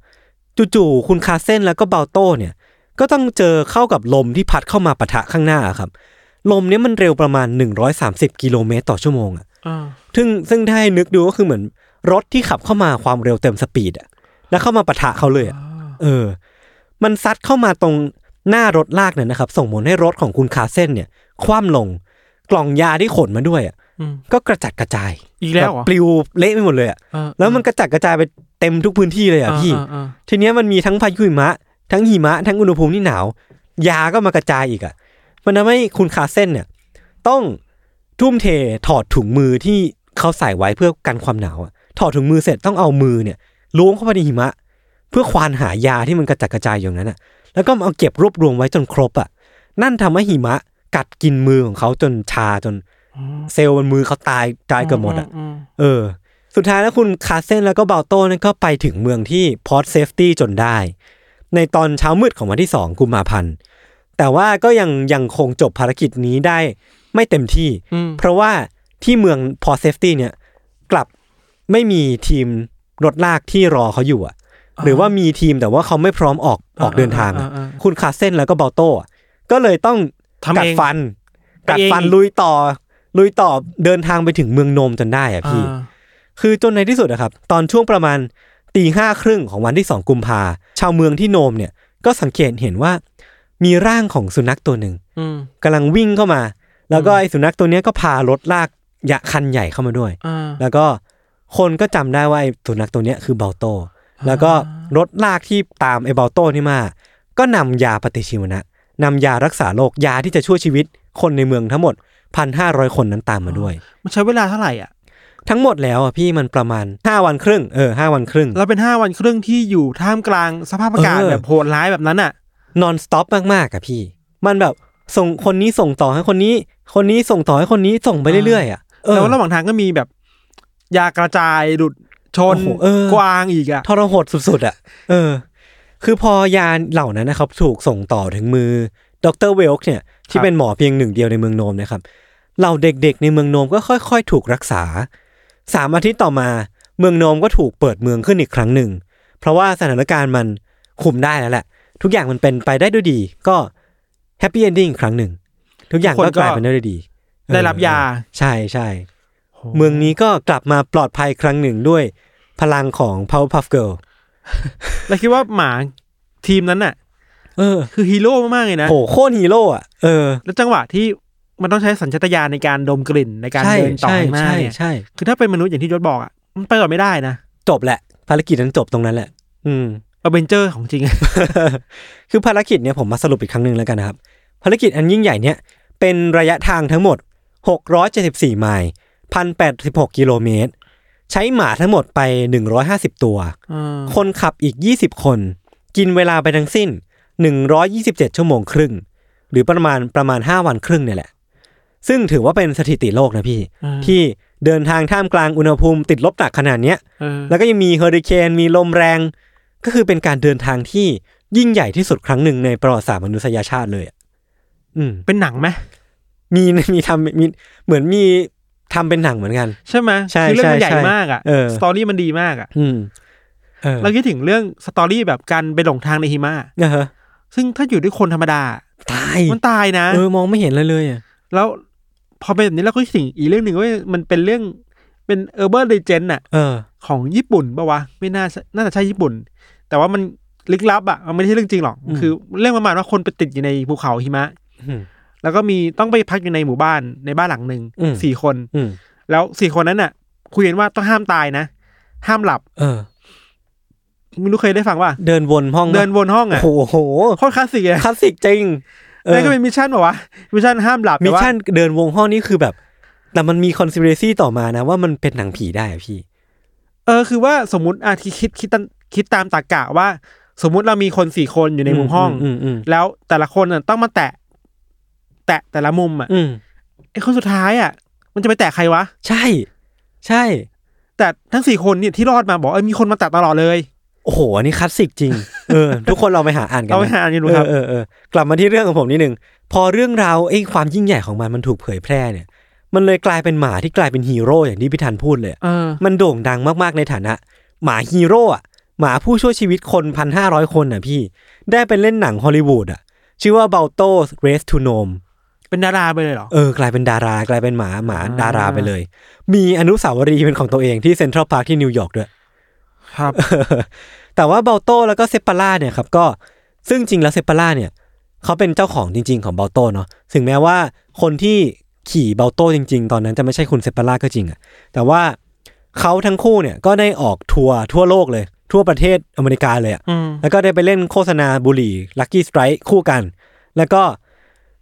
[SPEAKER 2] จู่ๆคุณคาเซนแล้วก็เบาโต้เนี่ย ก็ต้องเจอเข้ากับลมที่พัดเข้ามาปะทะข้างหน้าอะครับ ลมเนี้ยมันเร็วประมาณ 130 กิโลเมตรต่อชั่วโมงอ่ะ
[SPEAKER 3] อ่า
[SPEAKER 2] ซึ่งซึ่งถ้าให้นึกดูก็คือเหมือนรถที่ขับเข้ามาความเร็วเต็มสปีดอะแล้วเข้ามาปะทะเขาเลยอะเออ มันซัดเข้ามาตรงหน้ารถลากเนี่ยนะครับ ส่งผลให้รถของคุณคาเส้นเนี่ย คว่ำลงกล่องยาที่ขนมาด้วยอะ
[SPEAKER 3] อืม
[SPEAKER 2] ก็กระจัดกระจาย
[SPEAKER 3] อีกแล้วเหร
[SPEAKER 2] บ
[SPEAKER 3] อ
[SPEAKER 2] บปลิวเละไปหมดเลยอะ
[SPEAKER 3] เออ
[SPEAKER 2] แล้วมันกระจัดกระจายไปเต็มทุกพื้นที่เลยอะพี่
[SPEAKER 3] เออเออ
[SPEAKER 2] ทีเนี้ยมันมีทั้งพายุหิมะ ทั้งหิมะ ทั้งอุณหภูมิที่หนาว ยาก็มากระจายอีกอะ่ะ มันทำให้คุณคาเซนเนี่ย ต้องทุ่มเทถอดถุงมือที่เขาใส่ไว้เพื่อกันความหนาวอะถอดถุงมือเสร็จต้องเอามือเนี่ยล้วงเข้าไปในหิมะ เพื่อควานหายาที่มันกระจัดกระจายอยู่นั้นอ่ะ แล้วก็เอาเก็บรวบรวมไว้จนครบอ่ะ นั่นทำให้หิมะกัดกินมือของเขาจนชาจน เซลล์บนมือเขาตายตายเกือบหมดอ่ะ
[SPEAKER 3] ม
[SPEAKER 2] เออ สุดท้ายแล้วคุณคาเซนแล้วก็เบาโต้นั่นก็ไปถึงเมืองที่พอร์ตเซฟตี้จนได้ ในตอนเช้ามืดของวันที่ 2 กุมภาพันธ์ แต่ว่าก็ยังยังคงจบภารกิจนี้ได้ไม่เต็มที่
[SPEAKER 3] อืม
[SPEAKER 2] เพราะว่าที่เมืองพอร์ตเซฟตี้เนี่ย กลับไม่มีทีมรถลากที่รอเขาอยู่อะหรือว่ามีทีมแต่ว่าเขาไม่พร้อมออกออกเดินทางอะ
[SPEAKER 3] อ่า
[SPEAKER 2] คุณคาเซนแล้วก็เบาโต้อะก็เลยต้อง
[SPEAKER 3] ทำ
[SPEAKER 2] กัด
[SPEAKER 3] เอง
[SPEAKER 2] ฟัน
[SPEAKER 3] ไป
[SPEAKER 2] กัด
[SPEAKER 3] เอง
[SPEAKER 2] ฟัน
[SPEAKER 3] อีก
[SPEAKER 2] ลุยต่อ ลุยต่อเดินทางไปถึงเมืองโนมจนได้อะ
[SPEAKER 3] อ่า
[SPEAKER 2] พี่ คือจนในที่สุดอะครับ ตอนช่วงประมาณตีห้าครึ่งของวันที่สองกุมภาชาวเมืองที่โนมเนี่ยก็สังเกตเห็นว่า มีร่างของสุนัขตัวหนึ่ง
[SPEAKER 3] อืม
[SPEAKER 2] กำลังวิ่งเข้ามา แล้วก็ไอ้สุนัขตัวเนี้ยก็พารถลากยะคันใหญ่เข้ามาด้วย
[SPEAKER 3] อ่า
[SPEAKER 2] แล้วก็คนก็จำได้ว่าไอ้สุนัขตัวเนี้ยคือเบาโต แล้วก็รถลากที่ตามไอ้เบาโตนี่มา ก็นำยาปฏิชีวนะนำยารักษาโรคยาที่จะช่วยชีวิตคนในเมืองทั้งหมด 1,500 คนนั้นตามมาด้วย
[SPEAKER 3] มันใช้เวลาเท่าไหร่อ่ะ
[SPEAKER 2] ทั้งหมดแล้วอ่ะพี่มันประมาณ 5 วันครึ่งเออห้าวันครึ่ง
[SPEAKER 3] เราเป็นห้าวันครึ่งที่อยู่ท่ามกลางสภาพอากาศ
[SPEAKER 2] เออ
[SPEAKER 3] แบบโหดร้ายแบบนั้นอ่ะ
[SPEAKER 2] นอนสต็อปมากๆอะพี่ มันแบบส่งคนนี้ส่งต่อให้คนนี้ คนนี้ส่งต่อให้คนนี้ส่งไปเรื่อยๆอ่ะเออ
[SPEAKER 3] แล้วระหว่างทางก็มีแบบ ยากระจายดุดชน
[SPEAKER 2] โอ้โหเออ
[SPEAKER 3] กวางอีกอ่ะ
[SPEAKER 2] ทรหดสุดๆอ่ะ เออ คือพอยาเหล่านั้นนะครับ ถูกส่งต่อถึงมือดรเวลค์เนี่ย ที่เป็นหมอเพียงหนึ่งเดียวในเมืองโนมนะครับ เหล่าเด็กๆในเมืองโนมก็ค่อยๆ ถูกรักษา สามอาทิตย์ต่อมา เมืองโนมก็ถูกเปิดเมืองขึ้นอีกครั้งหนึ่ง เพราะว่าสถานการณ์มันคุมได้แล้วแหละ ทุกอย่างมันเป็นไปได้ด้วยดี ก็แฮปปี้เอนดิ้งครั้งหนึ่ง ทุกอย่าง
[SPEAKER 3] ทุ
[SPEAKER 2] ก็
[SPEAKER 3] กคนก็
[SPEAKER 2] กลายเป็นได้ด้วยดีเออ
[SPEAKER 3] ได้รับยา
[SPEAKER 2] ใช่ใช่ เมืองนี้ก็กลับมาปลอดภัยครั้งหนึ่งด้วยพลังของ Powerpuff Girl
[SPEAKER 3] เราคิดว่าหมาทีมนั้นน่ะ
[SPEAKER 2] เออ
[SPEAKER 3] คือฮีโร่มากๆเลยนะ
[SPEAKER 2] โหโคตรฮีโร่อ่ะ เออ
[SPEAKER 3] แล้วจังหวะที่มันต้องใช้สัญชาตญาณในการดมกลิ่นในการ
[SPEAKER 2] ใช่
[SPEAKER 3] เดินต่อ
[SPEAKER 2] ใช่
[SPEAKER 3] ให้มาก
[SPEAKER 2] ใช่
[SPEAKER 3] เนี่ย
[SPEAKER 2] ใช่
[SPEAKER 3] คือถ้าเป็นมนุษย์อย่างที่ยศบอกอ่ะมันไปต่อไม่ได้นะ
[SPEAKER 2] จบแหละ ภารกิจนั้นจบตรงนั้นแหละ อืม
[SPEAKER 3] อเวนเจอร์ของจริง
[SPEAKER 2] <laughs> คือภารกิจเนี่ยผมมาสรุปอีกครั้งหนึ่งแล้วกันนะครับ ภารกิจอันยิ่งใหญ่เนี่ยเป็นระยะทางทั้งหมด 674 ไมล์1,086 กิโลเมตร ใช้หมาทั้งหมดไป 150 ตัว
[SPEAKER 3] เออ
[SPEAKER 2] คนขับอีก 20 คน กินเวลาไปทั้งสิ้น 127 ชั่วโมงครึ่ง หรือประมาณประมาณ 5 วันครึ่งเนี่ยแหละ ซึ่งถือว่าเป็นสถิติโลกนะพี่
[SPEAKER 3] เออ
[SPEAKER 2] ที่เดินทางท่ามกลางอุณหภูมิติดลบหนักขนาดเนี้ย
[SPEAKER 3] เออ
[SPEAKER 2] แล้วก็ยังมีเฮอริเคนมีลมแรง ก็คือเป็นการเดินทางที่ยิ่งใหญ่ที่สุดครั้งหนึ่งในประวัติศาสตร์มนุษยชาติเลยอะอืม
[SPEAKER 3] เป็นหนังไหม
[SPEAKER 2] มี <laughs> มีทำมีเหมือนมีทำเป็นหนังเหมือนกัน
[SPEAKER 3] ใช่ไหม
[SPEAKER 2] ใช่
[SPEAKER 3] คือเรื่องมัน
[SPEAKER 2] ใช่
[SPEAKER 3] ใหญ่
[SPEAKER 2] ใช่
[SPEAKER 3] มากอ่ะ
[SPEAKER 2] เออ
[SPEAKER 3] สตอรี่มันดีมากอ่ะ
[SPEAKER 2] อืมเออ
[SPEAKER 3] เราคิดถึงเรื่องสตอรี่แบบการไปหลงทางในหิมะ
[SPEAKER 2] เออ
[SPEAKER 3] ซึ่งถ้าอยู่ด้วยคนธรรมดา
[SPEAKER 2] ตาย
[SPEAKER 3] มันตายนะ
[SPEAKER 2] เออมองไม่เห็นเลยเลยอะ
[SPEAKER 3] แล้วพอเป็นแบบนี้เราก็คิดถึงอีกเรื่องหนึ่งเว่ามันเป็นเรื่องเป็นเออร์เบ e ร์ n เจนน่ะ
[SPEAKER 2] เออ
[SPEAKER 3] ของญี่ปุ่นปะวะ ไม่น่าใช่น่าจะใช่ญี่ปุ่น แต่ว่ามันลึกลับอ่ะมันไม่ใช่เรื่องจริงหรอก
[SPEAKER 2] อืม
[SPEAKER 3] คือเรื่องประมาณว่าคนไปติดอยู่ในภูเขาหิมะ
[SPEAKER 2] อืม
[SPEAKER 3] แล้วก็มีต้องไปพักอยู่ในหมู่บ้านในบ้านหลังหนึ่ง
[SPEAKER 2] อืม
[SPEAKER 3] สี่คน
[SPEAKER 2] อืม
[SPEAKER 3] แล้วสี่คนนั้นน่ะ คุยกันว่าต้องห้ามตายนะ ห้ามหลับ
[SPEAKER 2] เออ
[SPEAKER 3] ไม่รู้เคยได้ฟังว่า
[SPEAKER 2] เดินวนห้อง
[SPEAKER 3] เดินวนห้องอ่ะ
[SPEAKER 2] โอ้โห
[SPEAKER 3] โคตรคลาสสิกเลย
[SPEAKER 2] คลาสสิกจริงเออ
[SPEAKER 3] นั่นก็เป็นมิชชั่นป่าวะมิชชั่นห้ามหลับ
[SPEAKER 2] มิช
[SPEAKER 3] แต่ว่า
[SPEAKER 2] ชั่นเดินวงห้องนี่คือแบบ แต่มันมีคอนซิเ a ซี่ต่อมานะ ว่ามันเป็นหนังผีได้อะพี่
[SPEAKER 3] เออคือว่าสมมติอ่ะคิดคิดคิดตามคิดตามตรรกะว่า สมมุติเรามีคนสี่คนอยู่ในมุมห้อง
[SPEAKER 2] อืมอืมอืม
[SPEAKER 3] แล้วแต่ละคนน่ะต้องมาแตะ แตะแต่ละมุมอ่ะ
[SPEAKER 2] อืม
[SPEAKER 3] ไอ้คนสุดท้ายอ่ะ มันจะไปแตะใครวะ
[SPEAKER 2] ใช่ ใช่
[SPEAKER 3] แต่ทั้งสี่คนเนี่ยที่รอดมาบอกเออมีคนมาแตะตลอดเลย
[SPEAKER 2] โอ้โห อันนี้คลาสสิก
[SPEAKER 3] <laughs>
[SPEAKER 2] จริง เออ ทุกคนเราไปหาอ่านกัน
[SPEAKER 3] เราไปหาอ่านกันดูครับ
[SPEAKER 2] เออเออเออกลับมาที่เรื่องของผมนิดนึง พอเรื่องราวไอ้ความยิ่งใหญ่ของมันมันถูกเผยแพร่เนี่ย มันเลยกลายเป็นหมาที่กลายเป็นฮีโร่อย่างที่พี่ธันพูดเลยอะ
[SPEAKER 3] เออ
[SPEAKER 2] มันโด่งดังมากๆในฐานะ หมาฮีโร่อะหมาผู้ช่วยชีวิตคนพันห้าร้อยคนอ่ะพี่ ได้ไปเล่นหนังฮอลลีวูดอ่ะ ชื่อว่าเบลโตสเรสทูโนม
[SPEAKER 3] เป็นดาราไปเลยเหรอ
[SPEAKER 2] เออกลายเป็นดารากลายเป็นหมาหมา
[SPEAKER 3] อ่า
[SPEAKER 2] ดาราไปเลย มีอนุสาวรีย์เป็นของตัวเองที่เซ็นทรัลพาร์คที่นิวยอร์กด้วย
[SPEAKER 3] ครับ
[SPEAKER 2] แต่ว่าเบลโตแล้วก็เซปปาร่าเนี่ยครับก็ซึ่งจริงแล้วเซปปาร่าเนี่ยเขาเป็นเจ้าของจริง ๆ ของเบลโตเนาะถึงแม้ว่าคนที่ขี่เบลโตจริง ๆ ตอนนั้นจะไม่ใช่คุณเซปปาร่าก็จริงอะแต่ว่าเขาทั้งคู่เนี่ยก็ได้ออกทัวร์ทั่วโลกเลย ทั่วประเทศอเมริกาเลยอะ
[SPEAKER 3] อืม
[SPEAKER 2] แล้วก็ได้ไปเล่นโฆษณาบุหรี่ Lucky Strike คู่กัน แล้วก็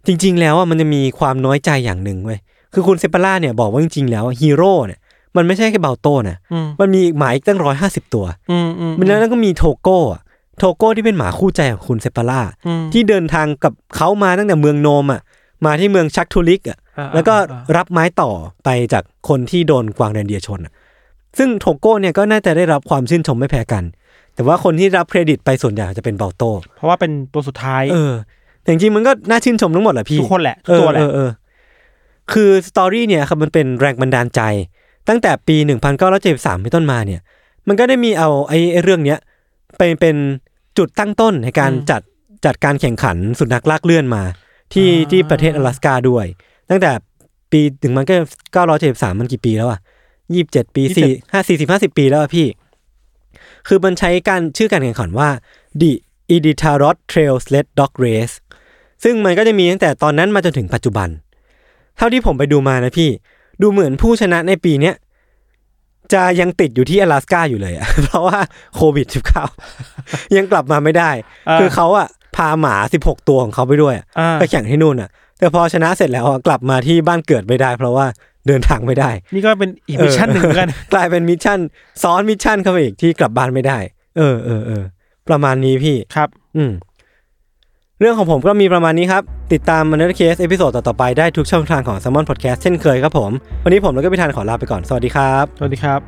[SPEAKER 2] จริง ๆ แล้วอ่ะมันจะมีความน้อยใจอย่างหนึ่งเว้ย คือคุณเซปปาร่าเนี่ยบอกว่าจริง ๆ แล้วฮีโร่เนี่ยมันไม่ใช่แค่เบาโต้นะ
[SPEAKER 3] อืม
[SPEAKER 2] มันมีหมาอีกตั้งร้อยห้าสิบตัว
[SPEAKER 3] อืมอืม
[SPEAKER 2] มันแล้วก็มีโทโก้อะโทโก้ที่เป็นหมาคู่ใจของคุณเซปปาร่า
[SPEAKER 3] อืม
[SPEAKER 2] ที่เดินทางกับเขามาตั้งแต่เมืองโนมอ่ะมาที่เมืองชักทูลิกอ่ะ
[SPEAKER 3] อ่า
[SPEAKER 2] แล้วก็
[SPEAKER 3] อ่า
[SPEAKER 2] รับไม้ต่อไปจากคนที่โดนกวางแรนเดียร์ชนน่ะซึ่งโทโก้เนี่ยก็น่าจะได้รับความชื่นชมไม่แพ้กัน แต่ว่าคนที่รับเครดิตไปส่วนใหญ่จะเป็นเบาโต
[SPEAKER 3] เพราะว่าเป็นตัวสุดท้าย
[SPEAKER 2] เออ แต่จริงๆมันก็น่าชื่นชมทั้งหมดแหละพี่
[SPEAKER 3] ทุกคนแหละทุ
[SPEAKER 2] เอก อ
[SPEAKER 3] ตัวแหละ
[SPEAKER 2] เออเออคือสตอรี่เนี่ยครับมันเป็นแรงบันดาลใจ ตั้งแต่ปี 1973เป็นต้นมาเนี่ย มันก็ได้มีเอาไอ้ไอ้เรื่องเนี้ยไปเป็นจุดตั้งต้นในการจัดจัดการแข่งขันสุนัขลากเลื่อนมา ที่
[SPEAKER 3] อ่า
[SPEAKER 2] ที่ประเทศอลาสกาด้วย ตั้งแต่ปีถึงมันก็เก้าร้อยเจ็ดสามมันกี่ปีแล้วอ่ะยี่สิบเจ็ดปีสี่ห้าสี่สิบห้าสิบปีแล้วอะพี่ คือมันใช้การชื่อการแข่งขันว่า The e d i t a r o t Trail Sled Dog Race ซึ่งมันก็จะมีตั้งแต่ตอนนั้นมาจนถึงปัจจุบัน เท่าที่ผมไปดูมานะพี่ ดูเหมือนผู้ชนะในปีเนี้ย จะยังติดอยู่ที่อลาสก้าอยู่เลยอะ <laughs> เพราะว่าโควิด -19 <laughs> ยังกลับมาไม่ได้
[SPEAKER 3] เออ
[SPEAKER 2] คือเขาอะพาหมา 16 ตัวของเขาไปด้วยอะ
[SPEAKER 3] อ่า
[SPEAKER 2] ไปแข่งที่นู่นอ่ะ แต่พอชนะเสร็จแล้วอะกลับมาที่บ้านเกิดไม่ได้ เพราะว่าเดินทางไม่ได้
[SPEAKER 3] นี่ก็เป็นอีกมิชชั่นหนึ่งเหมือนกัน
[SPEAKER 2] กลายเป็นมิชชั่น ซ้อนมิชชั่นเข้าไปอีกที่กลับบ้านไม่ได้ เออเออเออประมาณนี้พี่
[SPEAKER 3] ครับ
[SPEAKER 2] อืม เรื่องของผมก็มีประมาณนี้ครับ ติดตาม Another Case เอพิโซดต่อๆไปได้ทุกช่องทางของ s ซ m o n Podcast เช่นเคยครับผม วันนี้ผมแล้วก็พี่ธันขอลาไปก่อน สวัสดีครับ
[SPEAKER 3] สวัสดีครับ